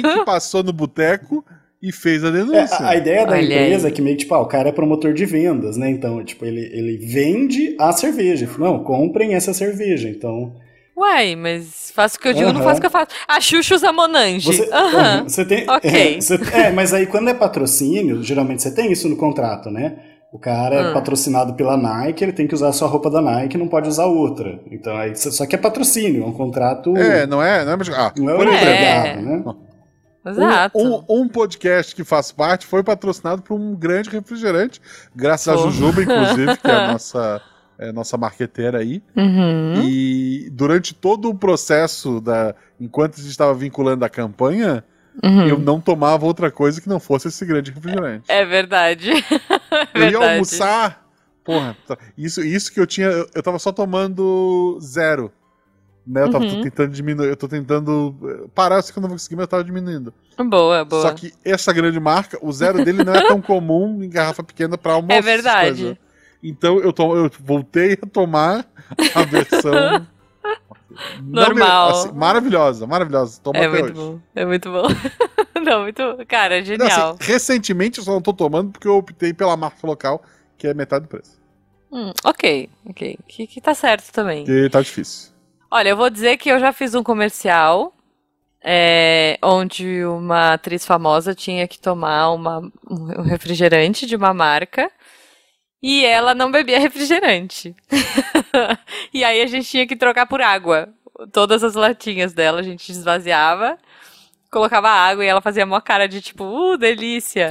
[SPEAKER 2] que passou no boteco e fez a
[SPEAKER 3] É,
[SPEAKER 2] denúncia.
[SPEAKER 3] a, a ideia da
[SPEAKER 1] Olha
[SPEAKER 3] empresa
[SPEAKER 1] aí.
[SPEAKER 3] é que meio que, tipo, ah, o cara é promotor de vendas, né? Então, tipo, ele, ele vende a cerveja. Ele fala, Não, comprem essa cerveja. Então,
[SPEAKER 1] Uai, mas faço o que eu digo, não
[SPEAKER 3] Aham.
[SPEAKER 1] faço o que eu faço. A Xuxa usa Monange.
[SPEAKER 3] você,
[SPEAKER 1] Aham.
[SPEAKER 3] você tem...
[SPEAKER 1] ok.
[SPEAKER 3] É, você- é, mas aí quando é patrocínio, geralmente você tem isso no contrato, né? O cara é
[SPEAKER 1] Ah.
[SPEAKER 3] patrocinado pela Nike, ele tem que usar só a roupa da Nike e não pode usar outra. Então, aí, você- só que é patrocínio, é um contrato...
[SPEAKER 2] É, não é? Não é, mas- ah,
[SPEAKER 3] Não é
[SPEAKER 2] por
[SPEAKER 3] um
[SPEAKER 1] É.
[SPEAKER 2] exemplo,
[SPEAKER 3] empregado, né?
[SPEAKER 1] Exato.
[SPEAKER 2] Um, um- um podcast que faço parte foi patrocinado por um grande refrigerante, graças a
[SPEAKER 1] Pô.
[SPEAKER 2] Jujuba, inclusive, que é a nossa, é a nossa marqueteira aí.
[SPEAKER 1] Uhum.
[SPEAKER 2] E durante todo o processo, da, enquanto a gente estava vinculando a campanha,
[SPEAKER 1] Uhum.
[SPEAKER 2] eu não tomava outra coisa que não fosse esse grande refrigerante.
[SPEAKER 1] É verdade. É
[SPEAKER 2] eu ia
[SPEAKER 1] verdade.
[SPEAKER 2] almoçar. Porra, tá- isso, isso que eu tinha. Eu, eu tava só tomando zero. Né? Eu tava
[SPEAKER 1] Uhum.
[SPEAKER 2] tentando diminuir. Eu tô tentando eh, parar, eu sei que eu não vou conseguir, mas eu tava diminuindo.
[SPEAKER 1] Boa, boa.
[SPEAKER 2] Só que essa grande marca, o zero dele não é tão comum em garrafa pequena pra almoço.
[SPEAKER 1] É
[SPEAKER 2] essas
[SPEAKER 1] verdade.
[SPEAKER 2] coisas. Então eu, to- eu voltei a tomar a versão. não
[SPEAKER 1] Normal.
[SPEAKER 2] me- assim, maravilhosa, maravilhosa. Toma
[SPEAKER 1] é
[SPEAKER 2] até
[SPEAKER 1] muito
[SPEAKER 2] hoje.
[SPEAKER 1] bom. É muito bom. não, muito. Cara,
[SPEAKER 2] Não, assim,
[SPEAKER 1] genial.
[SPEAKER 2] recentemente eu só não tô tomando porque eu optei pela marca local, que é metade do preço.
[SPEAKER 1] Hum, ok, ok. Que, que tá certo também.
[SPEAKER 2] Porque tá difícil.
[SPEAKER 1] Olha, eu vou dizer que eu já fiz um comercial é, onde uma atriz famosa tinha que tomar uma- um refrigerante de uma marca e ela não bebia refrigerante. e aí a gente tinha que trocar por água. Todas as latinhas dela a gente esvaziava, colocava água e ela fazia mó cara de tipo, uh, delícia.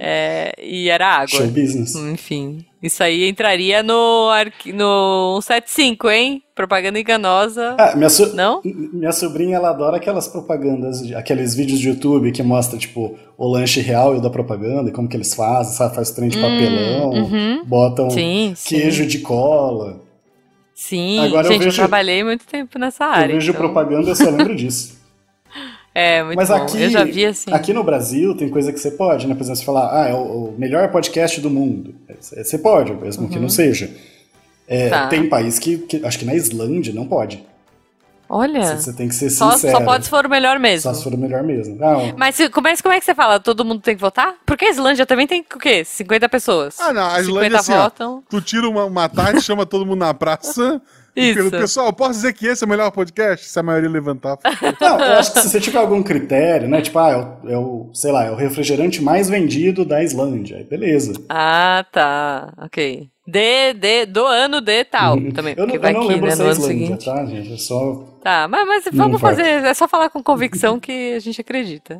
[SPEAKER 1] É, e era água.
[SPEAKER 3] Show business.
[SPEAKER 1] Hum. Enfim, isso aí entraria no, arqui- no 175, hein? Propaganda enganosa.
[SPEAKER 3] Ah, minha, so-
[SPEAKER 1] Não?
[SPEAKER 3] Minha sobrinha, ela adora aquelas propagandas, de- aqueles vídeos de YouTube que mostra, tipo, o lanche real e o da propaganda, e como que eles fazem, sabe? Faz trem de papelão,
[SPEAKER 1] Hum, Uhum.
[SPEAKER 3] botam
[SPEAKER 1] Sim, sim.
[SPEAKER 3] queijo de cola.
[SPEAKER 1] Sim,
[SPEAKER 3] Agora eu
[SPEAKER 1] gente, eu,
[SPEAKER 3] vejo-
[SPEAKER 1] trabalhei muito tempo nessa área.
[SPEAKER 3] eu vejo
[SPEAKER 1] então-
[SPEAKER 3] propaganda, eu só lembro disso.
[SPEAKER 1] É, muito
[SPEAKER 3] Mas
[SPEAKER 1] bom.
[SPEAKER 3] aqui-
[SPEAKER 1] eu já vi assim.
[SPEAKER 3] Aqui no Brasil tem coisa que você pode, né? Por exemplo, você falar, ah, é o, o melhor podcast do mundo. É, Você pode, mesmo que não seja. É,
[SPEAKER 1] Uhum. Tá.
[SPEAKER 3] Tem país que, que- acho que na Islândia, não pode. Você,
[SPEAKER 1] Olha,
[SPEAKER 3] você tem que ser
[SPEAKER 1] É. só,
[SPEAKER 3] sincero.
[SPEAKER 1] só pode se for o melhor mesmo.
[SPEAKER 3] Só se for o melhor mesmo. Ah, um-
[SPEAKER 1] Mas se- como é, como é que você fala? Todo mundo tem que votar? Porque a Islândia também tem o quê? 50 pessoas.
[SPEAKER 2] Ah, não, a
[SPEAKER 1] 50
[SPEAKER 2] Islândia assim, ó,
[SPEAKER 1] votam.
[SPEAKER 2] Tu tira uma, uma tarde, chama todo mundo na praça. E
[SPEAKER 1] Isso.
[SPEAKER 2] pergunta, pessoal, posso dizer que esse é o melhor podcast? Se a maioria levantar.
[SPEAKER 3] Não, eu acho que se você tiver algum critério, né? Tipo, ah, é o, é o, sei lá, é o refrigerante mais vendido da Islândia. Aí beleza.
[SPEAKER 1] Ah, tá. Ok. De, de, do ano de tal também.
[SPEAKER 3] Eu não,
[SPEAKER 1] porque
[SPEAKER 3] eu
[SPEAKER 1] vai
[SPEAKER 3] não
[SPEAKER 1] que,
[SPEAKER 3] lembro
[SPEAKER 1] né,
[SPEAKER 3] se
[SPEAKER 1] no
[SPEAKER 3] é
[SPEAKER 1] ano
[SPEAKER 3] Islândia,
[SPEAKER 1] seguinte.
[SPEAKER 3] tá, gente? Eu só.
[SPEAKER 1] Tá, mas, mas
[SPEAKER 3] Não
[SPEAKER 1] vamos
[SPEAKER 3] importa.
[SPEAKER 1] fazer. É só falar com convicção que a gente acredita.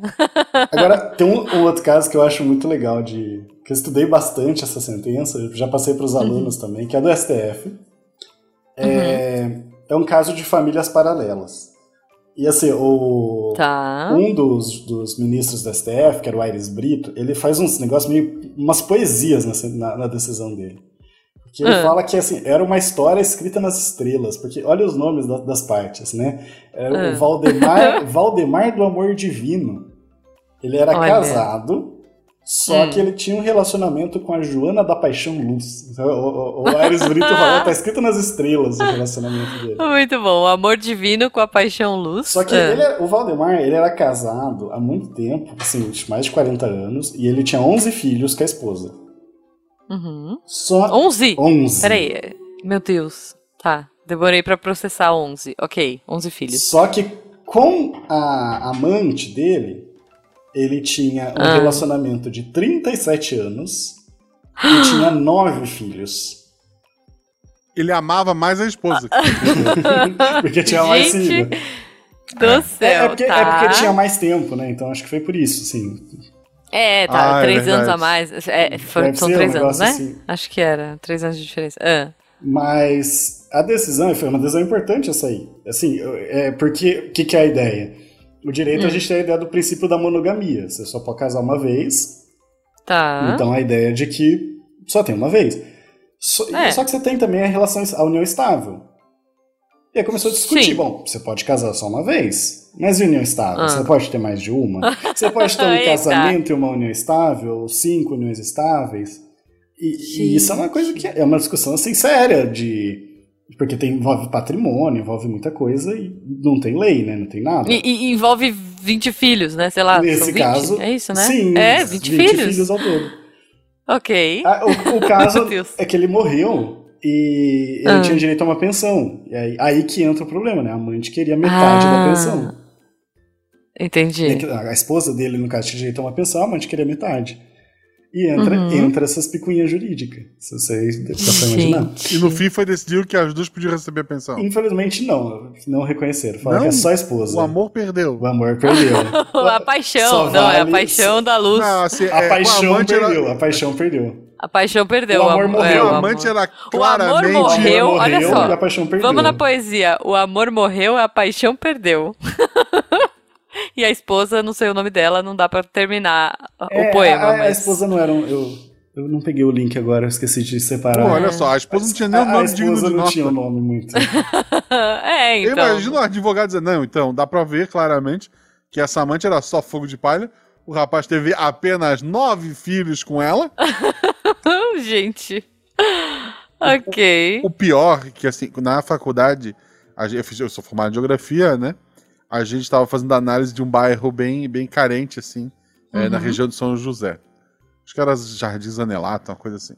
[SPEAKER 3] Agora, tem um, um outro caso que eu acho muito legal de. que eu estudei bastante essa sentença, eu já passei para os alunos também, que é do STF. É, é um caso de famílias paralelas. E assim, o.
[SPEAKER 1] Tá.
[SPEAKER 3] Um dos, dos ministros do STF, que era o Aires Brito, ele faz uns negócios meio. umas poesias nessa- na, na decisão dele. Que ele
[SPEAKER 1] Ah.
[SPEAKER 3] fala que assim, era uma história escrita nas estrelas, porque olha os nomes da- das partes, né? É,
[SPEAKER 1] Ah.
[SPEAKER 3] O Valdemar, Valdemar do Amor Divino. Ele era
[SPEAKER 1] Olha.
[SPEAKER 3] casado, só
[SPEAKER 1] Hum.
[SPEAKER 3] que ele tinha um relacionamento com a Joana da Paixão Luz. O, o, o Aires Brito falou, tá escrito nas estrelas o relacionamento dele.
[SPEAKER 1] Muito bom. O amor divino com a paixão luz.
[SPEAKER 3] Só que
[SPEAKER 1] Ah.
[SPEAKER 3] ele era- o Valdemar, ele era casado há muito tempo, assim, de mais de 40 anos, e ele tinha 11 filhos com a esposa. é
[SPEAKER 1] Uhum.
[SPEAKER 3] Só
[SPEAKER 1] 11?
[SPEAKER 3] 11.
[SPEAKER 1] Peraí. é- Meu Deus. Tá. Demorei pra processar 11. Ok. 11 filhos.
[SPEAKER 3] Só que com a amante dele, ele tinha um
[SPEAKER 1] Ah.
[SPEAKER 3] relacionamento de 37 anos e tinha 9 filhos.
[SPEAKER 2] Ele amava mais a esposa.
[SPEAKER 3] Porque tinha mais
[SPEAKER 1] Gente,
[SPEAKER 3] filho.
[SPEAKER 1] Do
[SPEAKER 3] É,
[SPEAKER 1] céu.
[SPEAKER 3] é porque,
[SPEAKER 1] tá.
[SPEAKER 3] é porque tinha mais tempo, né? Então acho que foi por isso, assim. sim.
[SPEAKER 1] É, tá.
[SPEAKER 2] Ah, é
[SPEAKER 1] três anos
[SPEAKER 2] verdade.
[SPEAKER 1] a mais. É, foi-
[SPEAKER 3] Deve
[SPEAKER 1] são
[SPEAKER 3] ser um
[SPEAKER 1] três anos,
[SPEAKER 3] negócio
[SPEAKER 1] né?
[SPEAKER 3] assim.
[SPEAKER 1] Acho que era. Três anos de diferença. Ah.
[SPEAKER 3] Mas a decisão foi uma decisão importante essa aí. Assim, eu- é porque o que, que é a ideia? O direito a gente tem a ideia do princípio da monogamia. Você só pode casar uma vez.
[SPEAKER 1] Tá.
[SPEAKER 3] Então a ideia de que só tem uma vez. Só,
[SPEAKER 1] É.
[SPEAKER 3] só que você tem também a relação a união estável. E aí começou a discutir.
[SPEAKER 1] Sim.
[SPEAKER 3] Bom, você pode casar só uma vez, mas e união estável?
[SPEAKER 1] Ah.
[SPEAKER 3] Você pode ter mais de uma? Você pode ter um
[SPEAKER 1] Eita.
[SPEAKER 3] casamento e uma união estável, cinco uniões estáveis. E, e isso é uma coisa que é uma discussão assim séria de porque tem, envolve patrimônio, envolve muita coisa e não tem lei, né? Não tem nada.
[SPEAKER 1] E, e envolve 20 filhos, né? Sei lá,
[SPEAKER 3] Nesse
[SPEAKER 1] são 20?
[SPEAKER 3] caso,
[SPEAKER 1] é isso, né?
[SPEAKER 3] Sim,
[SPEAKER 1] é, 20, filhos.
[SPEAKER 3] ao todo.
[SPEAKER 1] Ok.
[SPEAKER 3] Ah, o, o caso
[SPEAKER 1] Meu Deus.
[SPEAKER 3] é que ele morreu e ele
[SPEAKER 1] Ah.
[SPEAKER 3] tinha direito a uma pensão. E aí, aí que entra o problema, né? A amante queria metade
[SPEAKER 1] Ah,
[SPEAKER 3] da pensão. É
[SPEAKER 1] Entendi.
[SPEAKER 3] que A a esposa dele, no caso, tinha direito a uma pensão, a amante queria metade. E entra,
[SPEAKER 1] Uhum.
[SPEAKER 3] entra essas picuinhas jurídicas, se vocês conseguem imaginar.
[SPEAKER 2] E no fim foi decidido que as duas podiam receber pensão.
[SPEAKER 3] Infelizmente, não. Não reconheceram. Falaram
[SPEAKER 2] Não?
[SPEAKER 3] que é só a esposa.
[SPEAKER 2] O amor perdeu.
[SPEAKER 3] O amor perdeu.
[SPEAKER 1] a paixão,
[SPEAKER 3] Só
[SPEAKER 1] não, é
[SPEAKER 3] vale-
[SPEAKER 1] a paixão da luz.
[SPEAKER 2] Não, assim,
[SPEAKER 3] A
[SPEAKER 2] é, o
[SPEAKER 3] paixão
[SPEAKER 2] amante
[SPEAKER 3] perdeu,
[SPEAKER 2] era,
[SPEAKER 3] a paixão perdeu.
[SPEAKER 1] A paixão perdeu.
[SPEAKER 3] O amor
[SPEAKER 1] é,
[SPEAKER 2] o
[SPEAKER 3] morreu.
[SPEAKER 1] amor-
[SPEAKER 2] amante era
[SPEAKER 1] O amor
[SPEAKER 2] claramente.
[SPEAKER 1] morreu,
[SPEAKER 3] O amor
[SPEAKER 1] olha
[SPEAKER 3] morreu
[SPEAKER 1] só.
[SPEAKER 3] e a paixão perdeu.
[SPEAKER 1] Vamos na poesia. O amor morreu, a paixão perdeu. e a esposa, não sei o nome dela, não dá pra terminar
[SPEAKER 3] É,
[SPEAKER 1] o poema.
[SPEAKER 3] a, a
[SPEAKER 1] mas...
[SPEAKER 3] esposa não era um... Eu, eu não peguei o link agora, eu esqueci de separar.
[SPEAKER 2] Pô, olha só, a esposa não tinha nem um
[SPEAKER 3] a, a
[SPEAKER 2] nome digno
[SPEAKER 3] esposa
[SPEAKER 2] de
[SPEAKER 3] não
[SPEAKER 2] nota.
[SPEAKER 3] tinha um nome muito.
[SPEAKER 1] é,
[SPEAKER 2] Eu
[SPEAKER 1] então.
[SPEAKER 2] imagino o advogado dizendo, não, então, dá pra ver claramente que essa amante era só fogo de palha. O rapaz teve apenas nove filhos com ela.
[SPEAKER 1] Gente. ok.
[SPEAKER 2] O pior, é que assim, na faculdade, a gente- eu, fiz- eu sou formado em geografia, né? A gente tava fazendo análise de um bairro bem, bem carente, assim, é, na
[SPEAKER 1] Uhum.
[SPEAKER 2] região de São José. Acho que era Jardins Anelato, uma coisa assim.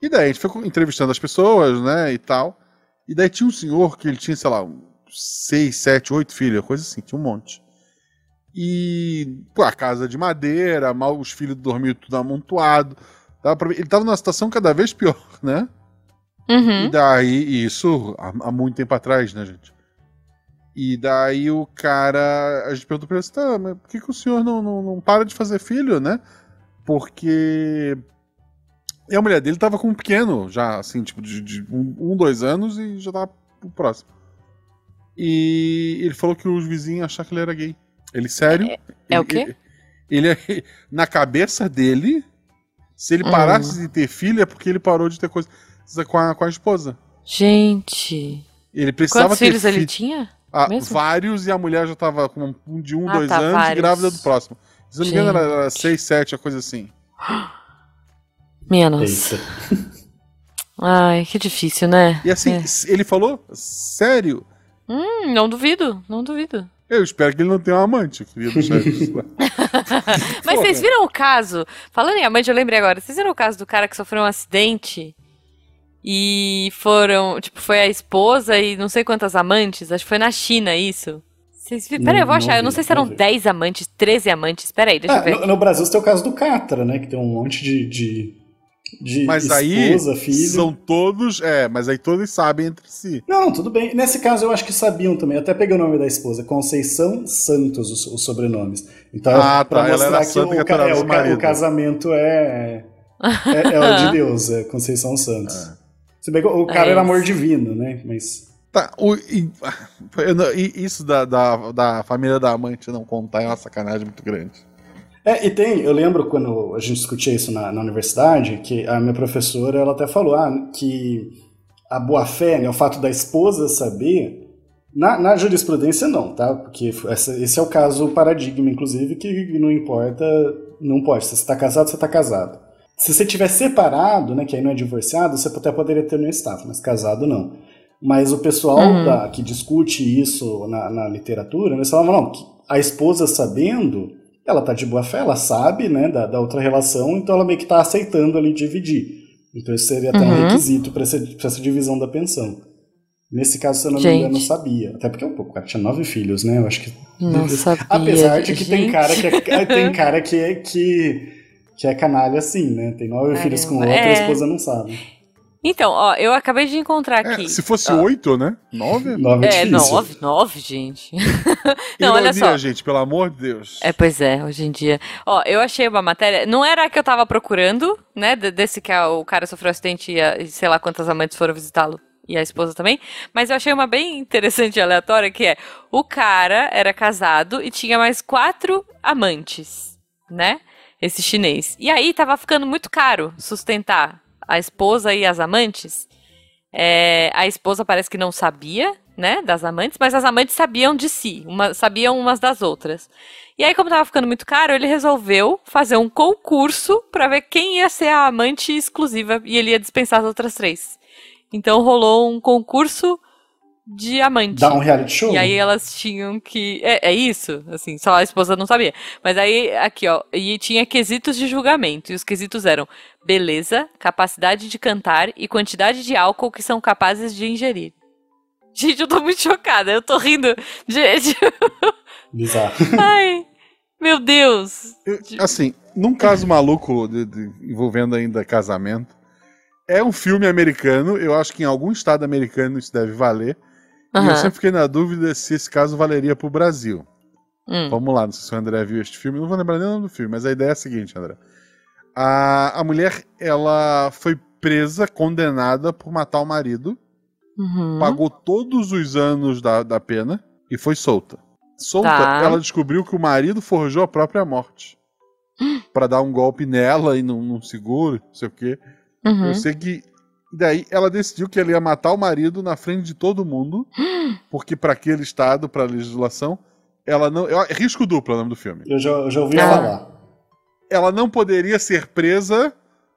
[SPEAKER 2] E daí a gente foi entrevistando as pessoas, né, e tal. E daí tinha um senhor que ele tinha, sei lá, um- seis, sete, oito filhos, coisa assim, tinha um monte. E pô, a casa de madeira, mal os filhos dormiam tudo amontoado. Dava pra ver- Ele tava numa situação cada vez pior, né? E
[SPEAKER 1] Uhum.
[SPEAKER 2] daí, e isso há, há muito tempo atrás, né, gente? E daí o cara. A gente perguntou pra ele assim: tá, mas por que, que o senhor não, não, não para de fazer filho, né? Porque. E a mulher dele tava com um pequeno, já assim, tipo, de, de um, um, dois anos e já tava pro próximo. E ele falou que os vizinhos acharam que ele era gay. Ele, sério?
[SPEAKER 1] é o
[SPEAKER 2] Ele-
[SPEAKER 1] quê?
[SPEAKER 2] Ele, ele- na cabeça dele, se ele
[SPEAKER 1] Hum.
[SPEAKER 2] parasse de ter filho, é porque ele parou de ter coisa com a, com a esposa.
[SPEAKER 1] Gente.
[SPEAKER 2] Ele precisava
[SPEAKER 1] Quantos
[SPEAKER 2] ter
[SPEAKER 1] filhos ele
[SPEAKER 2] fi-
[SPEAKER 1] tinha?
[SPEAKER 2] ah,
[SPEAKER 1] mesmo?
[SPEAKER 2] vários e a mulher já tava com um de um,
[SPEAKER 1] Ah,
[SPEAKER 2] dois
[SPEAKER 1] tá,
[SPEAKER 2] anos e
[SPEAKER 1] vários.
[SPEAKER 2] grávida do próximo. Se eu não me engano, era, era
[SPEAKER 1] Gente.
[SPEAKER 2] seis, sete, uma coisa assim.
[SPEAKER 1] Minha nossa.
[SPEAKER 3] Eita.
[SPEAKER 1] Ai, que difícil, né?
[SPEAKER 2] E assim,
[SPEAKER 1] É.
[SPEAKER 2] s- ele falou, sério,
[SPEAKER 1] Hum, não duvido, não duvido.
[SPEAKER 2] eu espero que ele não tenha um amante, eu queria deixar isso lá.
[SPEAKER 1] Mas
[SPEAKER 2] Porra.
[SPEAKER 1] vocês viram o caso? Falando em amante, eu lembrei agora. Vocês viram o caso do cara que sofreu um acidente? E foram. Tipo, foi a esposa e não sei quantas amantes. Acho que foi na China isso. Vocês viram? Peraí, eu vou
[SPEAKER 3] Não
[SPEAKER 1] achar. Eu
[SPEAKER 3] vi,
[SPEAKER 1] não sei se
[SPEAKER 3] não
[SPEAKER 1] eram
[SPEAKER 3] vi.
[SPEAKER 1] 10 amantes, 13 amantes. Peraí, deixa
[SPEAKER 3] Ah,
[SPEAKER 1] eu ver.
[SPEAKER 3] no, no Brasil você tem o caso do Catra, né? Que tem um monte de, de, de
[SPEAKER 2] Mas aí
[SPEAKER 3] esposa, filho.
[SPEAKER 2] são todos, é, mas aí todos sabem entre si.
[SPEAKER 3] Não, tudo bem. Nesse caso eu acho que sabiam também. Eu até peguei o nome da esposa, Conceição Santos, os, os sobrenomes. Então,
[SPEAKER 2] Ah,
[SPEAKER 3] pra
[SPEAKER 2] tá, ela
[SPEAKER 3] mostrar
[SPEAKER 2] era
[SPEAKER 3] que
[SPEAKER 2] santa e
[SPEAKER 3] o, ca-
[SPEAKER 2] adorava
[SPEAKER 3] é,
[SPEAKER 2] os
[SPEAKER 3] o, ca-
[SPEAKER 2] maridos.
[SPEAKER 3] o casamento é, é, é o de Deus, é Conceição Santos.
[SPEAKER 2] É.
[SPEAKER 3] Se bem que o cara
[SPEAKER 1] É
[SPEAKER 3] era
[SPEAKER 1] isso.
[SPEAKER 3] amor divino, né? Mas
[SPEAKER 2] Tá, o- e- eu não- e isso da, da, da família da amante não contar é uma sacanagem muito grande.
[SPEAKER 3] É, e tem, eu lembro quando a gente discutia isso na, na universidade, que a minha professora ela até falou ah, que a boa-fé, né, o fato da esposa saber, na, na jurisprudência não, tá? Porque essa- esse é o caso paradigma, inclusive, que não importa, não pode. Se você tá casado, você tá casado. Se você tiver separado, né, que aí não é divorciado, você até poderia ter no status, mas casado não. Mas o pessoal
[SPEAKER 1] Uhum.
[SPEAKER 3] da- que discute isso na, na literatura, né, eles falam, não, que a esposa sabendo, ela tá de boa fé, ela sabe, né, da, da outra relação, então ela meio que tá aceitando ali dividir. Então isso seria até um
[SPEAKER 1] Uhum.
[SPEAKER 3] requisito para essa, pra essa divisão da pensão. Nesse caso, se eu não me
[SPEAKER 1] Gente.
[SPEAKER 3] engano, eu sabia. Até porque o cara tinha nove filhos, né? Eu acho que.
[SPEAKER 1] Não sabia.
[SPEAKER 3] Apesar de que tem
[SPEAKER 1] gente.
[SPEAKER 3] cara que é, tem cara que, é- que, que é canalha assim, né? Tem nove
[SPEAKER 1] Caramba.
[SPEAKER 3] filhos com outra e a
[SPEAKER 1] É.
[SPEAKER 3] esposa não sabe.
[SPEAKER 1] Então, ó, eu acabei de encontrar
[SPEAKER 2] É,
[SPEAKER 1] aqui. Ah.
[SPEAKER 2] se fosse
[SPEAKER 1] Ó.
[SPEAKER 2] oito, né? Nove?
[SPEAKER 3] Nove
[SPEAKER 1] É,
[SPEAKER 3] difícil.
[SPEAKER 1] nove, nove, gente. Não, olha
[SPEAKER 2] Ironia,
[SPEAKER 1] só.
[SPEAKER 2] gente, pelo amor de Deus.
[SPEAKER 1] É, pois é, hoje em dia. Ó, eu achei uma matéria. Não era a que eu tava procurando, né? de- Desse que a- o cara sofreu acidente e, a- e sei lá quantas amantes foram visitá-lo. E a esposa também. Mas eu achei uma bem interessante e aleatória, que é o cara era casado e tinha mais quatro amantes, né? Esse chinês. E aí tava ficando muito caro sustentar a esposa e as amantes. É, a esposa parece que não sabia, né, das amantes, mas as amantes sabiam de si, uma- sabiam umas das outras. E aí, como tava ficando muito caro, ele resolveu fazer um concurso pra ver quem ia ser a amante exclusiva e ele ia dispensar as outras três. Então rolou um concurso de amante.
[SPEAKER 3] Dá um reality show?
[SPEAKER 1] E aí elas tinham que. É, é isso, assim, só a esposa não sabia. Mas aí, aqui, ó, e tinha quesitos de julgamento. E os quesitos eram beleza, capacidade de cantar e quantidade de álcool que são capazes de ingerir. Gente, eu tô muito chocada, eu tô rindo. Gente,
[SPEAKER 3] Bizarro.
[SPEAKER 1] ai, meu Deus.
[SPEAKER 2] Eu- assim, num caso maluco de- de- envolvendo ainda casamento, é um filme americano, eu acho que em algum estado americano isso deve valer. E eu
[SPEAKER 1] Aham,
[SPEAKER 2] sempre fiquei na dúvida se esse caso valeria pro Brasil.
[SPEAKER 1] hum,
[SPEAKER 2] Vamos lá, não sei se o André viu este filme, não vou lembrar nem o nome do filme, mas a ideia é a seguinte, André. A, a mulher, ela foi presa, condenada por matar o marido, um
[SPEAKER 1] uhum.
[SPEAKER 2] pagou todos os anos da, da pena e foi solta. Solta,
[SPEAKER 1] Tá.
[SPEAKER 2] ela descobriu que o marido forjou a própria morte. Pra dar um golpe nela e num, num seguro, não sei o quê.
[SPEAKER 1] uhum.
[SPEAKER 2] Eu sei que. Daí ela decidiu que ela ia matar o marido na frente de todo mundo, porque pra aquele estado, pra legislação, ela não. É risco duplo é o nome do filme.
[SPEAKER 3] Eu já, eu já ouvi
[SPEAKER 1] Ah.
[SPEAKER 3] falar.
[SPEAKER 2] Ela não poderia ser presa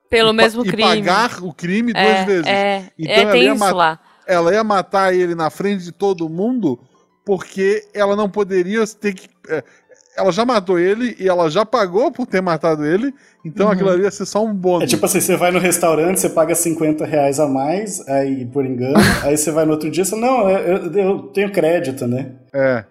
[SPEAKER 1] Pelo
[SPEAKER 2] e, pa-
[SPEAKER 1] mesmo
[SPEAKER 2] e
[SPEAKER 1] crime.
[SPEAKER 2] pagar o crime duas
[SPEAKER 1] é,
[SPEAKER 2] vezes.
[SPEAKER 1] É,
[SPEAKER 2] Então
[SPEAKER 1] é,
[SPEAKER 2] ela
[SPEAKER 1] tem
[SPEAKER 2] ia
[SPEAKER 1] isso
[SPEAKER 2] matar-
[SPEAKER 1] lá.
[SPEAKER 2] Ela ia matar ele na frente de todo mundo, porque ela não poderia ter que. é, Ela já matou ele e ela já pagou por ter matado ele, então
[SPEAKER 1] Uhum.
[SPEAKER 2] aquilo ali ia ser só um
[SPEAKER 3] É
[SPEAKER 2] bônus.
[SPEAKER 3] tipo assim, você vai no restaurante, você paga 50 reais a mais, aí por engano, aí você vai no outro dia, você não, eu, eu- eu tenho crédito, né?
[SPEAKER 2] É.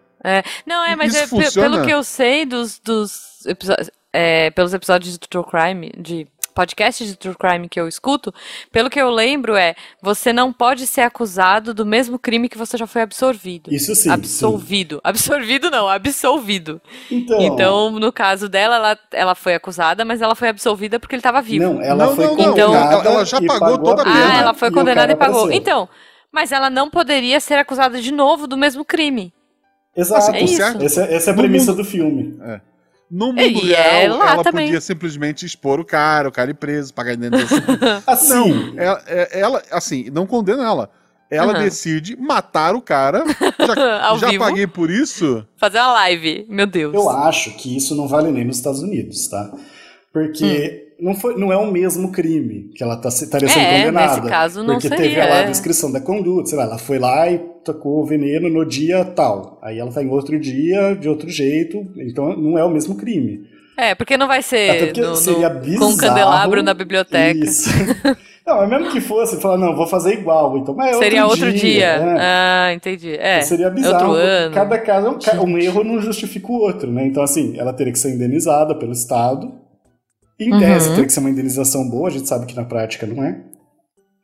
[SPEAKER 1] Não, é, mas
[SPEAKER 2] Isso
[SPEAKER 1] é, pe-
[SPEAKER 2] funciona?
[SPEAKER 1] pelo que eu sei dos, dos episódios, é, pelos episódios de True Crime, de podcast de True Crime que eu escuto, pelo que eu lembro é, você não pode ser acusado do mesmo crime que você já foi absorvido.
[SPEAKER 3] Isso sim. sim.
[SPEAKER 1] absolvido. Absolvido não, absolvido.
[SPEAKER 3] Então,
[SPEAKER 1] Então, no caso dela, ela, ela foi acusada, mas ela foi absolvida porque ele estava vivo.
[SPEAKER 3] não, ela
[SPEAKER 2] Não,
[SPEAKER 3] foi
[SPEAKER 2] não,
[SPEAKER 1] não,
[SPEAKER 3] condenada.
[SPEAKER 2] ela- ela já
[SPEAKER 3] e
[SPEAKER 2] pagou toda a
[SPEAKER 3] pena.
[SPEAKER 1] Ah, ela foi
[SPEAKER 3] o
[SPEAKER 1] condenada e,
[SPEAKER 3] cara assim,
[SPEAKER 1] pagou.
[SPEAKER 3] apareceu.
[SPEAKER 1] Então, mas ela não poderia ser acusada de novo do mesmo crime.
[SPEAKER 3] Exato.
[SPEAKER 1] É isso.
[SPEAKER 3] Essa, essa é a
[SPEAKER 2] No
[SPEAKER 3] premissa do filme.
[SPEAKER 2] No mundo
[SPEAKER 1] E
[SPEAKER 2] real,
[SPEAKER 1] é lá
[SPEAKER 2] ela
[SPEAKER 1] também.
[SPEAKER 2] podia simplesmente expor o cara, o cara ir preso, pagar indenização.
[SPEAKER 3] Assim,
[SPEAKER 2] Não, ela, é- ela, assim, não condena ela. Ela
[SPEAKER 1] Aham.
[SPEAKER 2] decide matar o cara. Já,
[SPEAKER 1] Ao
[SPEAKER 2] já
[SPEAKER 1] vivo.
[SPEAKER 2] paguei por isso?
[SPEAKER 1] Fazer uma live, meu Deus.
[SPEAKER 3] eu acho que isso não vale nem nos Estados Unidos, tá? Porque não, foi, não é o mesmo crime que ela tá, estaria sendo
[SPEAKER 1] Hum. É, nesse
[SPEAKER 3] condenada.
[SPEAKER 1] caso não
[SPEAKER 3] porque teve
[SPEAKER 1] seria,
[SPEAKER 3] lá a
[SPEAKER 1] é.
[SPEAKER 3] descrição da conduta, sei lá, ela foi lá e tocou o veneno no dia tal. Aí ela tá em outro dia, de outro jeito, então não é o mesmo crime.
[SPEAKER 1] É, porque não vai
[SPEAKER 3] Até
[SPEAKER 1] ser
[SPEAKER 3] Ah, tá, porque
[SPEAKER 1] no- no-
[SPEAKER 3] seria
[SPEAKER 1] com
[SPEAKER 3] bizarro
[SPEAKER 1] um candelabro na biblioteca.
[SPEAKER 3] Isso. Não, é mesmo que fosse, falar, não, vou fazer igual, então, mas é
[SPEAKER 1] seria
[SPEAKER 3] outro
[SPEAKER 1] outro dia.
[SPEAKER 3] né?
[SPEAKER 1] Ah, entendi. É.
[SPEAKER 3] Seria
[SPEAKER 1] outro
[SPEAKER 3] bizarro.
[SPEAKER 1] ano.
[SPEAKER 3] Cada caso é um, ca- um erro não justifica o outro, né? Então, assim, ela teria que ser indenizada pelo Estado. Em
[SPEAKER 1] Uhum.
[SPEAKER 3] tese, teria que ser uma indenização boa, a gente sabe que na prática não é.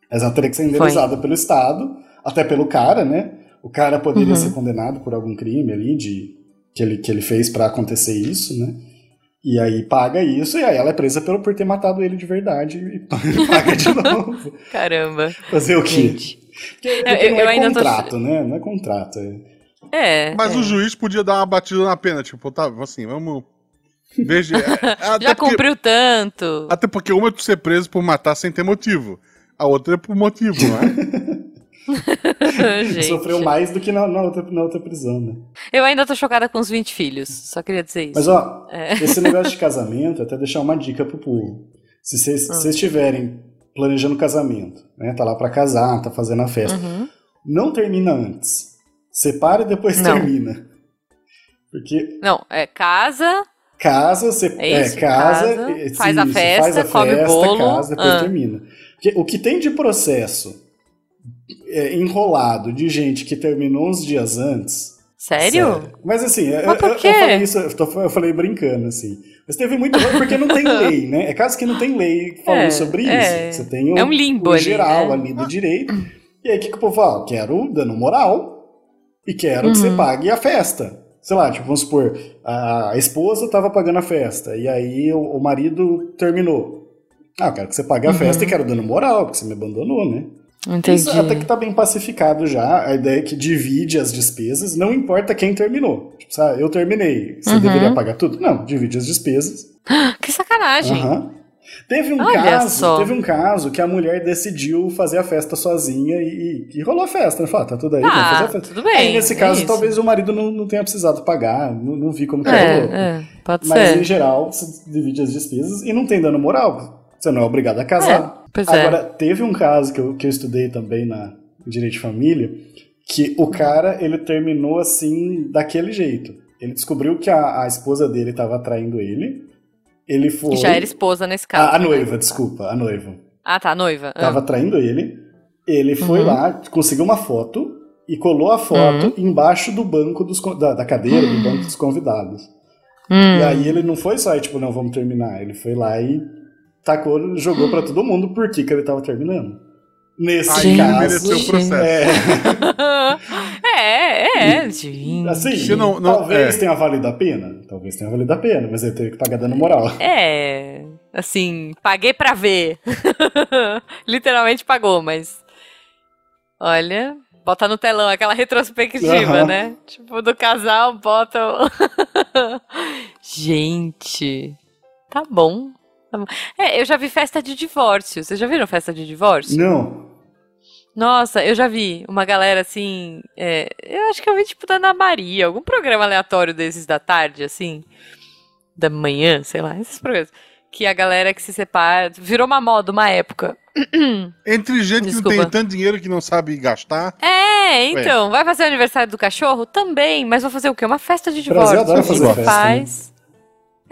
[SPEAKER 3] Mas ela teria que ser indenizada pelo Estado, até pelo cara, né? O cara poderia
[SPEAKER 1] Uhum.
[SPEAKER 3] ser condenado por algum crime ali de, que, ele, que ele fez pra acontecer isso, né? E aí paga isso, e aí ela é presa pelo, por ter matado ele de verdade e paga de novo.
[SPEAKER 1] Caramba.
[SPEAKER 3] Fazer o quê?
[SPEAKER 1] Gente.
[SPEAKER 3] Porque eu, eu, não é ainda contrato, tô... né? Não é contrato.
[SPEAKER 1] É. é
[SPEAKER 2] Mas
[SPEAKER 1] é.
[SPEAKER 2] o juiz podia dar uma batida na pena, tipo, tá, assim, vamos. é, Veja.
[SPEAKER 1] Já cumpriu porque, tanto.
[SPEAKER 2] Até porque uma é por ser preso por matar sem ter motivo. A outra é por motivo, né?
[SPEAKER 3] Sofreu mais do que na, na, outra, na outra prisão, né?
[SPEAKER 1] Eu ainda tô chocada com os 20 filhos, só queria dizer isso.
[SPEAKER 3] Mas ó, é. esse negócio de casamento, até deixar uma dica pro povo. Se vocês uhum. estiverem planejando casamento, né? Tá lá para casar, tá fazendo a festa. Uhum. Não termina antes. Separa e depois Não. termina. Porque.
[SPEAKER 1] Não, é casa.
[SPEAKER 3] Casa, você é isso, é, casa, casa
[SPEAKER 1] isso, faz, a festa, faz a festa, come o bolo, casa,
[SPEAKER 3] depois ah. termina. Porque o que tem de processo é, enrolado de gente que terminou uns dias antes.
[SPEAKER 1] Sério? sério.
[SPEAKER 3] Mas assim, Mas eu, eu, falei isso, eu, tô, eu, falei brincando, assim. Mas teve muito porque não tem lei, né? É caso que não tem lei falando é, sobre é, isso. Você tem o,
[SPEAKER 1] é um limbo o
[SPEAKER 3] geral
[SPEAKER 1] ali,
[SPEAKER 3] né? ali do direito. E aí o que, que o povo fala? Quero dano moral e quero uhum. que você pague a festa. Sei lá, tipo, vamos supor, a esposa estava pagando a festa e aí o, o, marido terminou. Ah, eu quero que você pague a uhum. festa e quero dano moral, porque você me abandonou, né?
[SPEAKER 1] Entendi.
[SPEAKER 3] Isso até que tá bem pacificado já. A ideia é que divide as despesas, não importa quem terminou. Tipo, sabe, eu terminei. Você uhum. deveria pagar tudo? Não, divide as despesas.
[SPEAKER 1] Ah, Que sacanagem! Uhum.
[SPEAKER 3] Teve um Olha caso, só. teve um caso que a mulher decidiu fazer a festa sozinha e, e rolou a festa. Né? Falou, ah, tá tudo aí,
[SPEAKER 1] ah, fazer a festa. Tudo bem.
[SPEAKER 3] Aí, nesse caso, é talvez o marido não, não, tenha precisado pagar, não, não vi como que é, rolou. É,
[SPEAKER 1] pode
[SPEAKER 3] Mas
[SPEAKER 1] ser.
[SPEAKER 3] em geral, você divide as despesas e não tem dano moral. Você não é obrigado a casar. É. Pois Agora, é. teve um caso que eu, que eu estudei também na Direito de Família, que o cara, ele terminou assim, daquele jeito. Ele descobriu que a, a esposa dele estava traindo ele. Ele foi... Que
[SPEAKER 1] já era esposa nesse caso.
[SPEAKER 3] Tipo, A, a noiva, né? desculpa, a noiva.
[SPEAKER 1] Ah, tá, a noiva.
[SPEAKER 3] Tava
[SPEAKER 1] ah.
[SPEAKER 3] traindo ele. Ele foi uhum. lá, conseguiu uma foto e colou a foto uhum. embaixo do banco dos, da, da cadeira do banco dos convidados.
[SPEAKER 1] Hum.
[SPEAKER 3] Uhum. E aí ele não foi só, tipo, não, vamos terminar. Ele foi lá e tacou, jogou para todo mundo por que ele tava terminando. Nesse
[SPEAKER 2] Aí
[SPEAKER 3] caso.
[SPEAKER 2] mereceu o processo.
[SPEAKER 1] É, é, é gente.
[SPEAKER 3] Assim, Se não, não, talvez é. tenha valido a pena. Talvez tenha valido a pena, mas ele teve que pagar dano moral.
[SPEAKER 1] É, assim, paguei pra ver. Literalmente pagou, mas. Olha, bota no telão aquela retrospectiva, uhum. né? Tipo, do casal, bota. gente, tá bom. É, eu já vi festa de divórcio. Vocês já viram festa de divórcio?
[SPEAKER 3] Não.
[SPEAKER 1] Nossa, eu já vi uma galera assim. É, eu acho que eu vi tipo da Ana Maria, algum programa aleatório desses da tarde, assim. Da manhã, sei lá, esses programas. Que a galera que se separa. Virou uma moda uma época.
[SPEAKER 2] Entre gente Desculpa. que não tem tanto dinheiro que não sabe gastar.
[SPEAKER 1] É, então. É. Vai fazer o aniversário do cachorro? Também, mas vou fazer o quê? Uma festa de divórcio.
[SPEAKER 3] Brasil adora fazer festa,
[SPEAKER 1] faz. Né?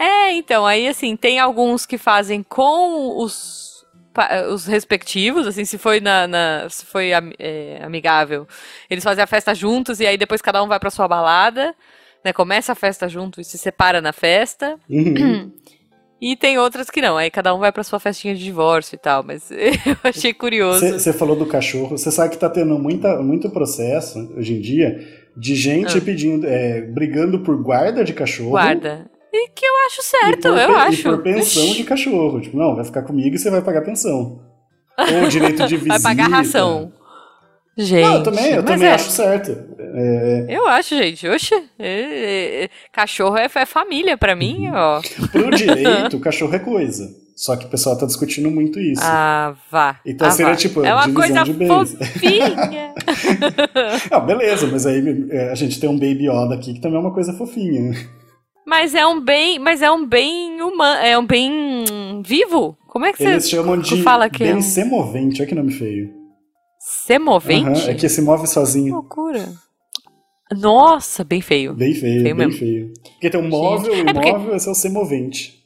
[SPEAKER 1] É, então, aí assim, tem alguns que fazem com os, os respectivos, assim, se foi na, na se foi é, amigável, eles fazem a festa juntos e aí depois cada um vai para sua balada, né? Começa a festa junto e se separa na festa. Uhum. E tem outras que não, aí cada um vai pra sua festinha de divórcio e tal, mas eu achei curioso.
[SPEAKER 3] Você falou do cachorro, você sabe que tá tendo muita, muito processo hoje em dia de gente ah. pedindo, é, brigando por guarda de cachorro.
[SPEAKER 1] Guarda. E que eu acho certo, por, eu acho.
[SPEAKER 3] por pensão de cachorro. Tipo, não, vai ficar comigo e você vai pagar pensão. Ou direito de visita.
[SPEAKER 1] vai pagar ração. Gente. Não,
[SPEAKER 3] eu também, eu também é. acho certo. É...
[SPEAKER 1] Eu acho, gente. Oxe. É, cachorro é, família para mim, uhum. ó.
[SPEAKER 3] Pro direito, cachorro é coisa. Só que o pessoal tá discutindo muito isso.
[SPEAKER 1] Ah, vá.
[SPEAKER 3] Então
[SPEAKER 1] ah,
[SPEAKER 3] seria
[SPEAKER 1] vá.
[SPEAKER 3] tipo,
[SPEAKER 1] é uma coisa
[SPEAKER 3] de
[SPEAKER 1] bens. fofinha.
[SPEAKER 3] ah, beleza, mas aí a gente tem um Baby Yoda aqui que também é uma coisa fofinha.
[SPEAKER 1] Mas é um bem, mas é um bem humano, é um bem vivo. Como é que
[SPEAKER 3] Eles cê, chamam de
[SPEAKER 1] fala que
[SPEAKER 3] bem
[SPEAKER 1] é?
[SPEAKER 3] semovente, olha que nome feio.
[SPEAKER 1] Semovente?
[SPEAKER 3] Uhum, é que se move sozinho. Que
[SPEAKER 1] loucura. Nossa, bem feio.
[SPEAKER 3] Bem feio, feio bem mesmo. feio. Porque tem um móvel, Gente. imóvel, é porque... esse é o semovente.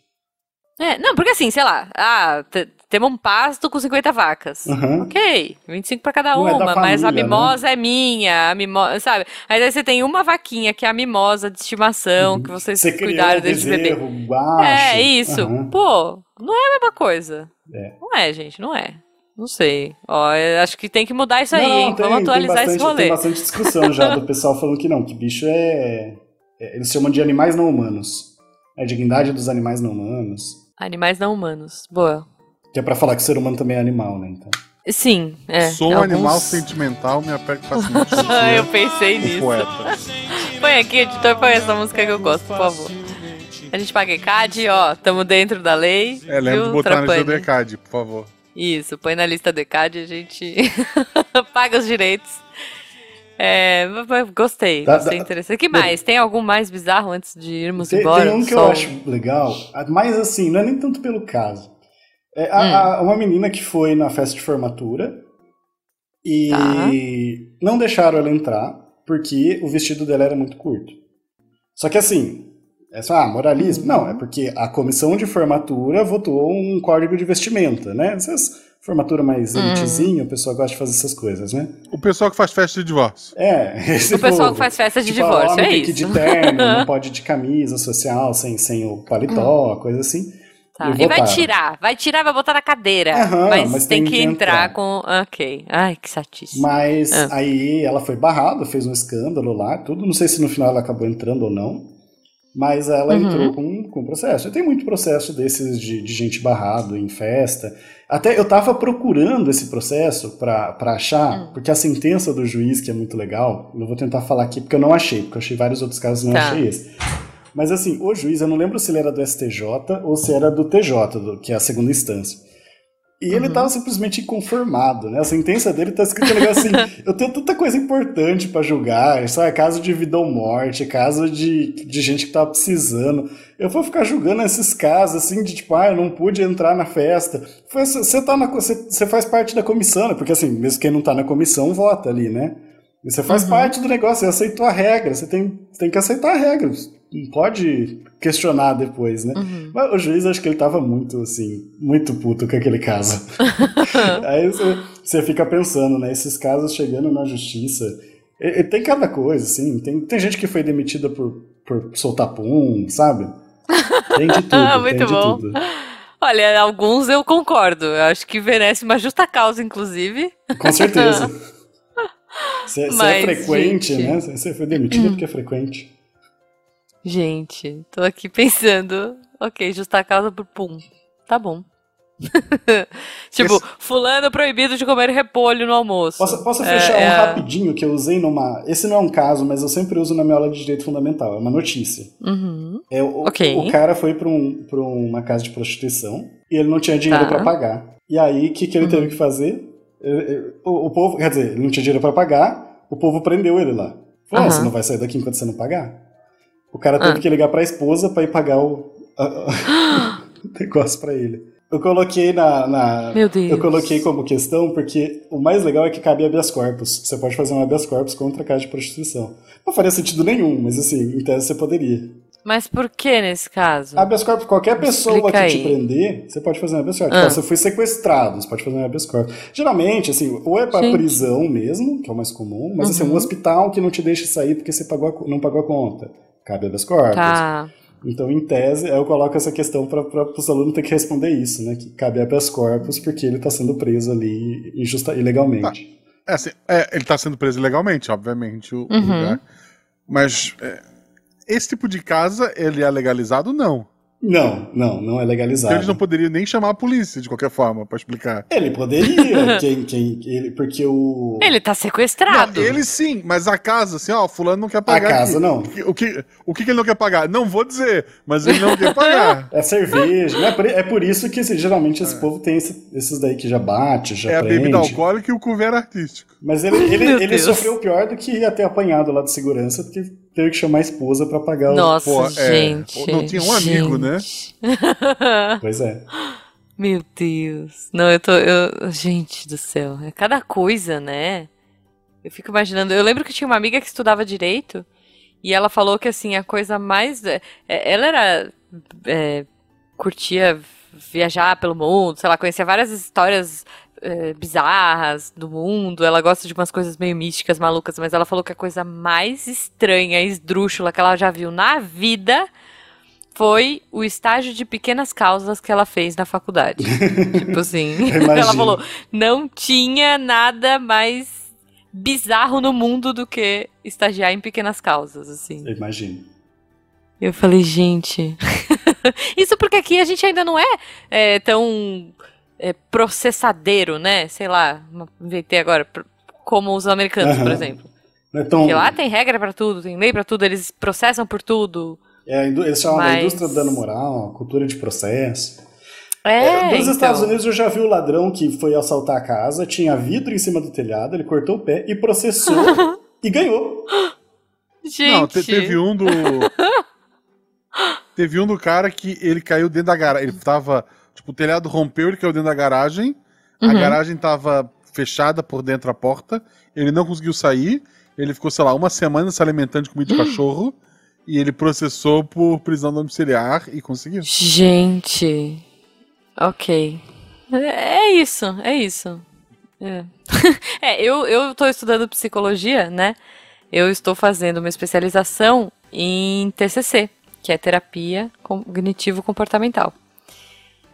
[SPEAKER 1] É, não, porque assim, sei lá, ah, temos um pasto com 50 vacas.
[SPEAKER 3] Uhum.
[SPEAKER 1] Ok, 25 para cada uma, é família, mas a mimosa né? é minha, a mimosa, sabe? Aí, aí você tem uma vaquinha que é a mimosa de estimação, uhum. que vocês você
[SPEAKER 3] um
[SPEAKER 1] cuidaram desde bebê.
[SPEAKER 3] Baixo.
[SPEAKER 1] É, isso.
[SPEAKER 3] Uhum.
[SPEAKER 1] Pô, não é a mesma coisa.
[SPEAKER 3] É.
[SPEAKER 1] Não é, gente, não é. Não sei. Ó, acho que tem que mudar isso não, aí, hein? Tem, Vamos atualizar
[SPEAKER 3] bastante,
[SPEAKER 1] esse rolê.
[SPEAKER 3] Tem bastante discussão já do pessoal falando que não, que bicho é. Eles chamam de animais não humanos. É A dignidade dos animais não humanos.
[SPEAKER 1] Animais não humanos. Boa.
[SPEAKER 3] Que é pra falar que o ser humano também é animal, né? Então.
[SPEAKER 1] Sim, é.
[SPEAKER 2] Sou um
[SPEAKER 1] alguns-
[SPEAKER 2] animal sentimental, me apego facilmente.
[SPEAKER 1] Ah, eu
[SPEAKER 2] Sou
[SPEAKER 1] pensei
[SPEAKER 2] um
[SPEAKER 1] nisso.
[SPEAKER 2] poeta.
[SPEAKER 1] Põe aqui, editor, põe essa música que eu gosto, por favor. A gente paga ECAD, ó, tamo dentro da lei.
[SPEAKER 2] É, lembra
[SPEAKER 1] viu,
[SPEAKER 2] de botar na lista do
[SPEAKER 1] Trapani?
[SPEAKER 2] ECAD, por favor.
[SPEAKER 1] Isso, põe na lista do ECAD, a gente paga os direitos. É, mas- mas gostei,
[SPEAKER 3] Dá-
[SPEAKER 1] gostei
[SPEAKER 3] dá-
[SPEAKER 1] interessante. que mais? Tem algum mais bizarro antes de irmos
[SPEAKER 3] Tem,
[SPEAKER 1] embora?
[SPEAKER 3] tem um que eu
[SPEAKER 1] Sol?
[SPEAKER 3] acho legal, mas assim, não é nem tanto pelo caso. É
[SPEAKER 1] Hum.
[SPEAKER 3] a- a- uma menina que foi na festa de formatura e
[SPEAKER 1] Tá.
[SPEAKER 3] não deixaram ela entrar porque o vestido dela era muito curto. Só que assim, é só, ah, moralismo?
[SPEAKER 1] Uhum.
[SPEAKER 3] Não, é porque a comissão de formatura votou um código de vestimenta, né? Essas formatura
[SPEAKER 1] Hum.
[SPEAKER 3] mais elitezinha, o pessoal gosta de fazer essas coisas, né?
[SPEAKER 2] O pessoal que faz festa de divórcio.
[SPEAKER 3] É, esse
[SPEAKER 1] O pessoal
[SPEAKER 3] povo.
[SPEAKER 1] que faz festa de
[SPEAKER 3] Tipo, ah,
[SPEAKER 1] divórcio,
[SPEAKER 3] homem
[SPEAKER 1] é
[SPEAKER 3] tem que ir
[SPEAKER 1] isso.
[SPEAKER 3] de terno, não pode ir de camisa social, sem, sem o paletó, coisa assim.
[SPEAKER 1] Tá,
[SPEAKER 3] Eu
[SPEAKER 1] E vai
[SPEAKER 3] votava.
[SPEAKER 1] tirar, vai tirar, vai botar na cadeira.
[SPEAKER 3] Aham,
[SPEAKER 1] mas,
[SPEAKER 3] mas
[SPEAKER 1] tem,
[SPEAKER 3] tem
[SPEAKER 1] que
[SPEAKER 3] que
[SPEAKER 1] entrar
[SPEAKER 3] entrar.
[SPEAKER 1] com. Ok. Ai, que chatice.
[SPEAKER 3] Mas
[SPEAKER 1] Ah.
[SPEAKER 3] aí ela foi barrada, fez um escândalo lá, tudo. Não sei se no final ela acabou entrando ou não. Mas ela
[SPEAKER 1] Uhum.
[SPEAKER 3] entrou com, com processo. E tem muito processo desses de, de gente barrado em festa. Até eu tava procurando esse processo pra pra
[SPEAKER 1] Hum.
[SPEAKER 3] achar, porque a sentença do juiz, que é muito legal, eu vou tentar falar aqui, porque eu não achei, porque eu achei vários outros casos e não
[SPEAKER 1] Tá.
[SPEAKER 3] achei esse. Mas assim, o juiz, eu não lembro se ele era do STJ ou se era do TJ, do- que é a segunda instância. E ele
[SPEAKER 1] Uhum.
[SPEAKER 3] tava simplesmente inconformado, né? A sentença dele tá escrita um negócio assim: eu tenho tanta coisa importante pra julgar, sabe? Caso de vida ou morte, caso de, de gente que tava precisando. Eu vou ficar julgando esses casos, assim, de tipo, ah, eu não pude entrar na festa. Foi- Você tá na co- você você faz parte da comissão, né? Porque assim, mesmo quem não tá na comissão vota ali, né? E Você faz
[SPEAKER 1] Uhum.
[SPEAKER 3] parte do negócio, você aceitou a regra, você tem, tem que aceitar a regra. Não pode questionar depois, né?
[SPEAKER 1] Uhum.
[SPEAKER 3] Mas o juiz, acho que ele tava muito, assim, muito puto com aquele caso. Aí você- você fica pensando, né? Esses casos chegando na justiça. e- e tem cada coisa, assim. Tem, tem gente que foi demitida por, por soltar pum, sabe? Tem de tudo.
[SPEAKER 1] Ah, Muito
[SPEAKER 3] tem de
[SPEAKER 1] bom.
[SPEAKER 3] tudo.
[SPEAKER 1] Olha, alguns eu concordo. Eu acho que merece uma justa causa, inclusive.
[SPEAKER 3] Com certeza. Você é
[SPEAKER 1] Mas,
[SPEAKER 3] frequente,
[SPEAKER 1] gente. Hum.
[SPEAKER 3] né? Você foi demitido porque é frequente.
[SPEAKER 1] Gente, tô aqui pensando. Ok, justa causa por pum. Tá bom. tipo, fulano proibido de comer repolho no almoço.
[SPEAKER 3] Posso, posso
[SPEAKER 1] É,
[SPEAKER 3] fechar
[SPEAKER 1] é
[SPEAKER 3] um
[SPEAKER 1] a-
[SPEAKER 3] rapidinho que eu usei numa. Esse não é um caso, mas eu sempre uso na minha aula de direito fundamental. É uma notícia.
[SPEAKER 1] Uhum.
[SPEAKER 3] É, o,
[SPEAKER 1] Ok.
[SPEAKER 3] o cara foi pra, um, pra uma casa de prostituição e ele não tinha dinheiro
[SPEAKER 1] Tá.
[SPEAKER 3] pra pagar. E aí, o que, que ele
[SPEAKER 1] Uhum.
[SPEAKER 3] teve que fazer? Eu- eu- O, o povo, quer dizer, ele não tinha dinheiro pra pagar, o povo prendeu ele lá. Falou: "Ah,
[SPEAKER 1] Aham.
[SPEAKER 3] você não vai sair daqui enquanto você não pagar. O cara teve
[SPEAKER 1] Ah.
[SPEAKER 3] que ligar pra esposa pra ir pagar o, a- a- o negócio pra ele. Eu coloquei na. na-
[SPEAKER 1] Meu Deus.
[SPEAKER 3] eu coloquei como questão porque o mais legal é que cabe habeas corpus. Você pode fazer um habeas corpus contra a casa de prostituição. Não faria sentido nenhum, mas assim, em tese você poderia.
[SPEAKER 1] Mas por que nesse caso?
[SPEAKER 2] Ah,
[SPEAKER 3] Habeas corpus, qualquer pessoa
[SPEAKER 1] Uhum. Explica
[SPEAKER 3] que te
[SPEAKER 1] aí.
[SPEAKER 3] prender, você pode fazer um habeas corpus.
[SPEAKER 1] Ah.
[SPEAKER 3] Tipo, você foi sequestrado, você pode fazer um habeas corpus. Geralmente, assim, ou é pra
[SPEAKER 1] Gente.
[SPEAKER 3] prisão mesmo, que é o mais comum, mas assim, um
[SPEAKER 1] Uhum.
[SPEAKER 3] hospital que não te deixa sair porque você pagou a co- não pagou a conta. Cabe habeas corpus.
[SPEAKER 1] Tá.
[SPEAKER 3] Então, em tese, eu coloco essa questão para os alunos ter que responder isso, né? Que cabe habeas corpus porque ele está sendo preso ali injusta, ilegalmente.
[SPEAKER 2] É assim, é, ele tá sendo preso ilegalmente, obviamente, o o
[SPEAKER 1] Uhum.
[SPEAKER 2] lugar. Mas é, esse tipo de casa, ele é legalizado? Não.
[SPEAKER 3] Não, não, não é
[SPEAKER 2] Então
[SPEAKER 3] legalizado.
[SPEAKER 2] eles não poderiam nem chamar a polícia, de qualquer forma, pra explicar.
[SPEAKER 3] Ele poderia, quem, quem, ele, porque o...
[SPEAKER 1] Ele tá sequestrado.
[SPEAKER 2] Não, ele sim, mas a casa, assim, ó, fulano não quer
[SPEAKER 3] a
[SPEAKER 2] pagar.
[SPEAKER 3] casa, não.
[SPEAKER 2] aqui. O que, o que que ele não quer pagar? Não vou dizer, mas ele não quer pagar.
[SPEAKER 3] É cerveja, né? É por- É por isso que assim, geralmente esse povo tem esse- esses daí que já bate, já
[SPEAKER 2] É a
[SPEAKER 3] prende.
[SPEAKER 2] bebida alcoólica e o couvert artístico.
[SPEAKER 3] Mas ele, ele,
[SPEAKER 1] Meu
[SPEAKER 3] ele
[SPEAKER 1] Deus.
[SPEAKER 3] sofreu pior do que ia ter apanhado lá de segurança, porque teve que chamar a esposa para pagar o...
[SPEAKER 1] Nossa,
[SPEAKER 2] Pô, é,
[SPEAKER 1] gente.
[SPEAKER 2] não tinha um amigo, né?
[SPEAKER 1] né?
[SPEAKER 3] Pois é.
[SPEAKER 1] Meu Deus. Não, eu tô. eu- Gente do céu. É cada coisa, né? Eu fico imaginando. Eu lembro que tinha uma amiga que estudava direito e ela falou que, assim, a coisa mais. é, Ela era. é, curtia viajar pelo mundo, sei lá, conhecia várias histórias é, bizarras do mundo. Ela gosta de umas coisas meio místicas, malucas, mas ela falou que a coisa mais estranha, esdrúxula que ela já viu na vida foi o estágio de pequenas causas que ela fez na faculdade. tipo assim,
[SPEAKER 3] Eu imagino.
[SPEAKER 1] ela falou, não tinha nada mais bizarro no mundo do que estagiar em pequenas causas, assim.
[SPEAKER 3] Eu imagino.
[SPEAKER 1] Eu falei, gente. Isso porque aqui a gente ainda não é, é, tão é, processadeiro, né? Sei lá, inventei agora, pr- como os americanos, por
[SPEAKER 3] Aham.
[SPEAKER 1] exemplo.
[SPEAKER 3] Não é tão,
[SPEAKER 1] Porque lá tem regra pra tudo, tem lei pra tudo, eles processam por tudo.
[SPEAKER 3] é, a indú- eles chamam da
[SPEAKER 1] Mas-
[SPEAKER 3] indústria do dano moral, cultura de processo.
[SPEAKER 1] É,
[SPEAKER 3] Nos
[SPEAKER 1] então.
[SPEAKER 3] Estados Unidos eu já vi o ladrão que foi assaltar a casa, tinha vidro em cima do telhado, ele cortou o pé e processou e ganhou.
[SPEAKER 1] Gente,
[SPEAKER 2] Não, te- teve um do. teve um do cara que ele caiu dentro da garagem. Ele tava. Tipo, o telhado rompeu, ele caiu dentro da garagem. A
[SPEAKER 1] Uhum.
[SPEAKER 2] garagem tava fechada por dentro a porta. Ele não conseguiu sair. Ele ficou, sei lá, uma semana se alimentando de comida de cachorro. E ele processou por prisão domiciliar e conseguiu.
[SPEAKER 1] Gente. Ok. É é isso, é isso. É, É, eu, eu tô estudando psicologia, né? Eu estou fazendo uma especialização em TCC, que é terapia cognitivo-comportamental.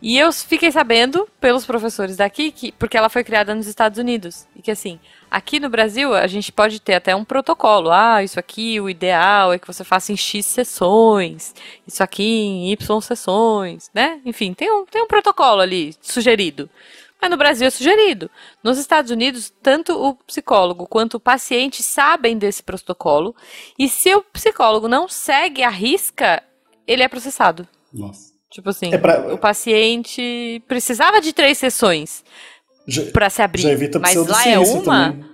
[SPEAKER 1] E eu fiquei sabendo pelos professores daqui, que, porque ela foi criada nos Estados Unidos. E que assim, aqui no Brasil a gente pode ter até um protocolo. Ah, isso aqui, o ideal é que você faça em X sessões, isso aqui em Y sessões, né? Enfim, tem um, tem um protocolo ali sugerido. Mas no Brasil é sugerido. Nos Estados Unidos, tanto o psicólogo quanto o paciente sabem desse protocolo. E se o psicólogo não segue a risca, ele é processado.
[SPEAKER 3] Nossa.
[SPEAKER 1] Tipo assim,
[SPEAKER 3] É pra-
[SPEAKER 1] o paciente precisava de três sessões
[SPEAKER 3] Já,
[SPEAKER 1] pra se abrir.
[SPEAKER 3] já evita
[SPEAKER 1] mas lá é
[SPEAKER 3] pseudociência
[SPEAKER 1] uma?
[SPEAKER 3] também. Já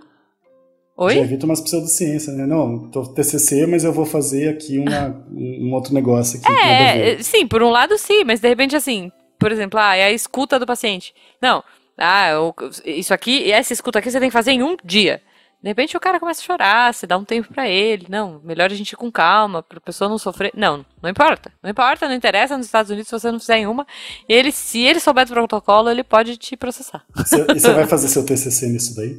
[SPEAKER 1] Oi?
[SPEAKER 3] evita umas pseudociências, né? Não, tô TCC, mas eu vou fazer aqui uma- um um outro negócio aqui. nada a
[SPEAKER 1] É,
[SPEAKER 3] ver.
[SPEAKER 1] é, sim, por um lado sim, mas de repente assim, por exemplo, ah, é a escuta do paciente. Não, ah, eu- isso aqui, essa escuta aqui você tem que fazer em um dia. De repente o cara começa a chorar, você dá um tempo pra ele. Não, melhor a gente ir com calma, pra pessoa não sofrer. Não, não importa. Não importa, não interessa nos Estados Unidos se você não fizer em uma. Ele, se ele souber do protocolo, ele pode te processar.
[SPEAKER 3] Cê- e você vai fazer seu TCC nisso daí?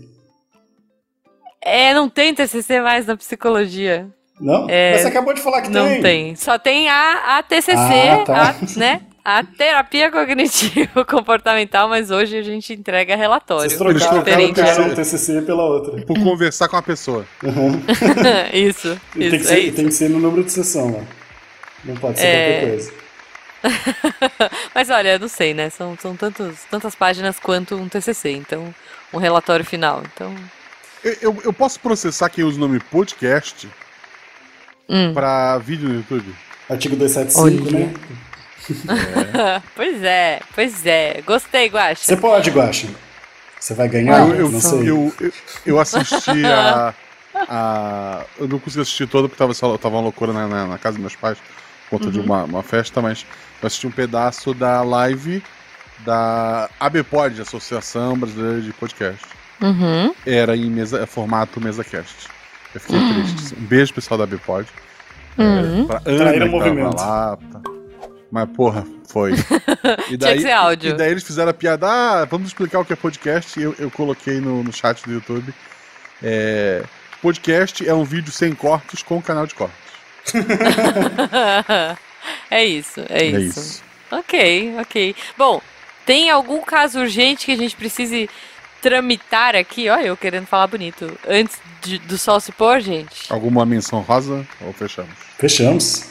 [SPEAKER 1] É, não tem TCC mais na psicologia.
[SPEAKER 3] Não?
[SPEAKER 1] É,
[SPEAKER 3] mas você acabou de falar que
[SPEAKER 1] não
[SPEAKER 3] tem.
[SPEAKER 1] tem. Só tem a, a TCC,
[SPEAKER 3] Ah, tá.
[SPEAKER 1] a, né? A terapia cognitivo comportamental, mas hoje a gente entrega
[SPEAKER 3] Vocês
[SPEAKER 1] relatório.
[SPEAKER 2] Eles
[SPEAKER 3] trocaram,
[SPEAKER 2] trocaram
[SPEAKER 1] Diferente,
[SPEAKER 3] trocaram
[SPEAKER 2] né?
[SPEAKER 3] um TCC pela outra.
[SPEAKER 2] Por conversar com a pessoa.
[SPEAKER 3] Uhum.
[SPEAKER 1] isso,
[SPEAKER 3] E
[SPEAKER 1] isso,
[SPEAKER 3] tem, que
[SPEAKER 1] é
[SPEAKER 3] ser,
[SPEAKER 1] isso.
[SPEAKER 3] tem que ser no número de sessão, né? Não pode ser
[SPEAKER 1] É.
[SPEAKER 3] qualquer coisa.
[SPEAKER 1] Mas olha, eu não sei, né? São, são tantos, tantas páginas quanto um TCC, então um relatório final. Então,
[SPEAKER 2] Eu, eu- eu posso processar quem usa o nome podcast
[SPEAKER 1] hum.
[SPEAKER 2] pra vídeo no YouTube?
[SPEAKER 3] Artigo 275,
[SPEAKER 1] Olha.
[SPEAKER 3] né?
[SPEAKER 1] pois é, pois é. Gostei, Guaxa.
[SPEAKER 3] Você pode, Guaxa. Você vai ganhar?
[SPEAKER 2] Eu, eu,
[SPEAKER 3] Ah, não sei.
[SPEAKER 2] eu, eu, eu assisti a, a- Eu não consegui assistir toda porque tava, sei lá, tava uma loucura na, na- na casa dos meus pais por conta de
[SPEAKER 3] Uhum.
[SPEAKER 2] uma, uma festa, mas eu assisti um pedaço da live da ABPOD, Associação Brasileira de Podcast.
[SPEAKER 1] Uhum.
[SPEAKER 2] Era em mesa, é formato MesaCast. Eu fiquei
[SPEAKER 3] Ah.
[SPEAKER 2] triste. Um beijo, pessoal da ABPOD.
[SPEAKER 3] É.
[SPEAKER 1] Uhum.
[SPEAKER 2] Pra
[SPEAKER 3] Hum? Traíram
[SPEAKER 2] Ana,
[SPEAKER 3] o
[SPEAKER 2] que tava
[SPEAKER 3] movimento.
[SPEAKER 2] lá. tá. Mas, porra, foi. E
[SPEAKER 1] Tinha que ser áudio.
[SPEAKER 2] e daí eles fizeram a piada, ah, vamos explicar o que é podcast. E eu, eu coloquei no, no chat do YouTube. É, podcast é um vídeo sem cortes com canal de cortes.
[SPEAKER 1] é isso, é, isso. Ok, ok. Bom, tem algum caso urgente que a gente precise tramitar aqui? Olha, eu querendo falar bonito. Antes de- do sol se pôr, gente.
[SPEAKER 2] Alguma menção rosa? Ou fechamos?
[SPEAKER 3] Fechamos.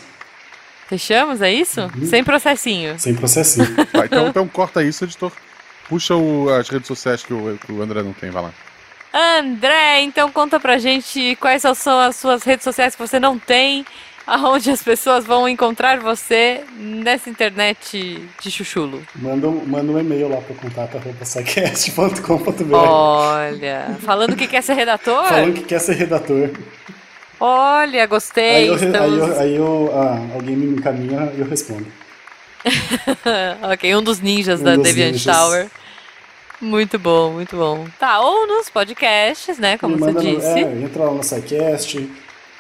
[SPEAKER 1] Fechamos, é isso?
[SPEAKER 3] Uhum.
[SPEAKER 1] Sem processinho.
[SPEAKER 3] Sem processinho.
[SPEAKER 2] Tá, então, então corta isso, editor. Puxa o- as redes sociais que o, que o André não tem, vai lá.
[SPEAKER 1] André, então conta pra gente quais são- são as suas redes sociais que você não tem, aonde as pessoas vão encontrar você nessa internet de chuchulo.
[SPEAKER 3] Manda, um- manda um e-mail lá pro contato arroba sacast.com.br
[SPEAKER 1] Olha, falando que quer ser redator?
[SPEAKER 3] falando que quer ser redator.
[SPEAKER 1] Olha,
[SPEAKER 3] aí
[SPEAKER 1] gostei.
[SPEAKER 3] eu, re- aí
[SPEAKER 1] É estamos-
[SPEAKER 3] eu, aí eu- ah, alguém me encaminha e eu respondo.
[SPEAKER 1] ok, um dos ninjas
[SPEAKER 3] Um
[SPEAKER 1] da
[SPEAKER 3] dos
[SPEAKER 1] Deviant
[SPEAKER 3] ninjas.
[SPEAKER 1] Tower. Muito bom, muito bom. Tá, ou nos podcasts, né? Como
[SPEAKER 3] Me
[SPEAKER 1] você
[SPEAKER 3] manda no-
[SPEAKER 1] disse.
[SPEAKER 3] é, entra lá no SciCast,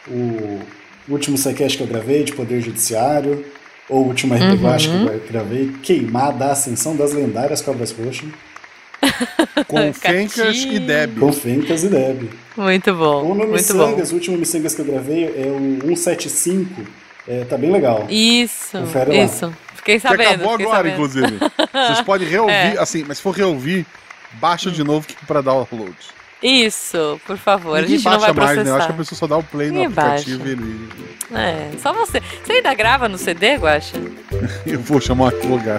[SPEAKER 3] o último SciCast que eu gravei de Poder Judiciário, ou o último RP Guache
[SPEAKER 1] Uhum.
[SPEAKER 3] que eu gravei, Queimada, a Ascensão das Lendárias Cobras Roxas,
[SPEAKER 2] Com Fencas
[SPEAKER 1] Catinho.
[SPEAKER 2] e Deb.
[SPEAKER 3] com Fencas e Deb.
[SPEAKER 1] Muito bom.
[SPEAKER 3] Ou no
[SPEAKER 1] Muito bom.
[SPEAKER 3] Missangas, o último Missangas que eu gravei é o 175, é, tá bem legal.
[SPEAKER 1] Isso,
[SPEAKER 3] Confere lá.
[SPEAKER 1] isso. Fiquei
[SPEAKER 2] Que
[SPEAKER 1] sabendo.
[SPEAKER 2] acabou
[SPEAKER 1] fiquei
[SPEAKER 2] agora,
[SPEAKER 1] sabendo.
[SPEAKER 2] inclusive. Vocês podem reouvir,
[SPEAKER 1] É.
[SPEAKER 2] assim, mas se for reouvir, baixa de novo que- pra dar o download.
[SPEAKER 1] Isso, por favor. a
[SPEAKER 2] Ninguém
[SPEAKER 1] gente não vai
[SPEAKER 2] baixa mais,
[SPEAKER 1] processar.
[SPEAKER 2] né? Eu acho que a pessoa só dá o play no
[SPEAKER 1] Ninguém
[SPEAKER 2] aplicativo
[SPEAKER 1] baixa.
[SPEAKER 2] e ele.
[SPEAKER 1] É, só você. Você ainda grava no CD, Guaxa?
[SPEAKER 2] Eu vou chamar outro lugar.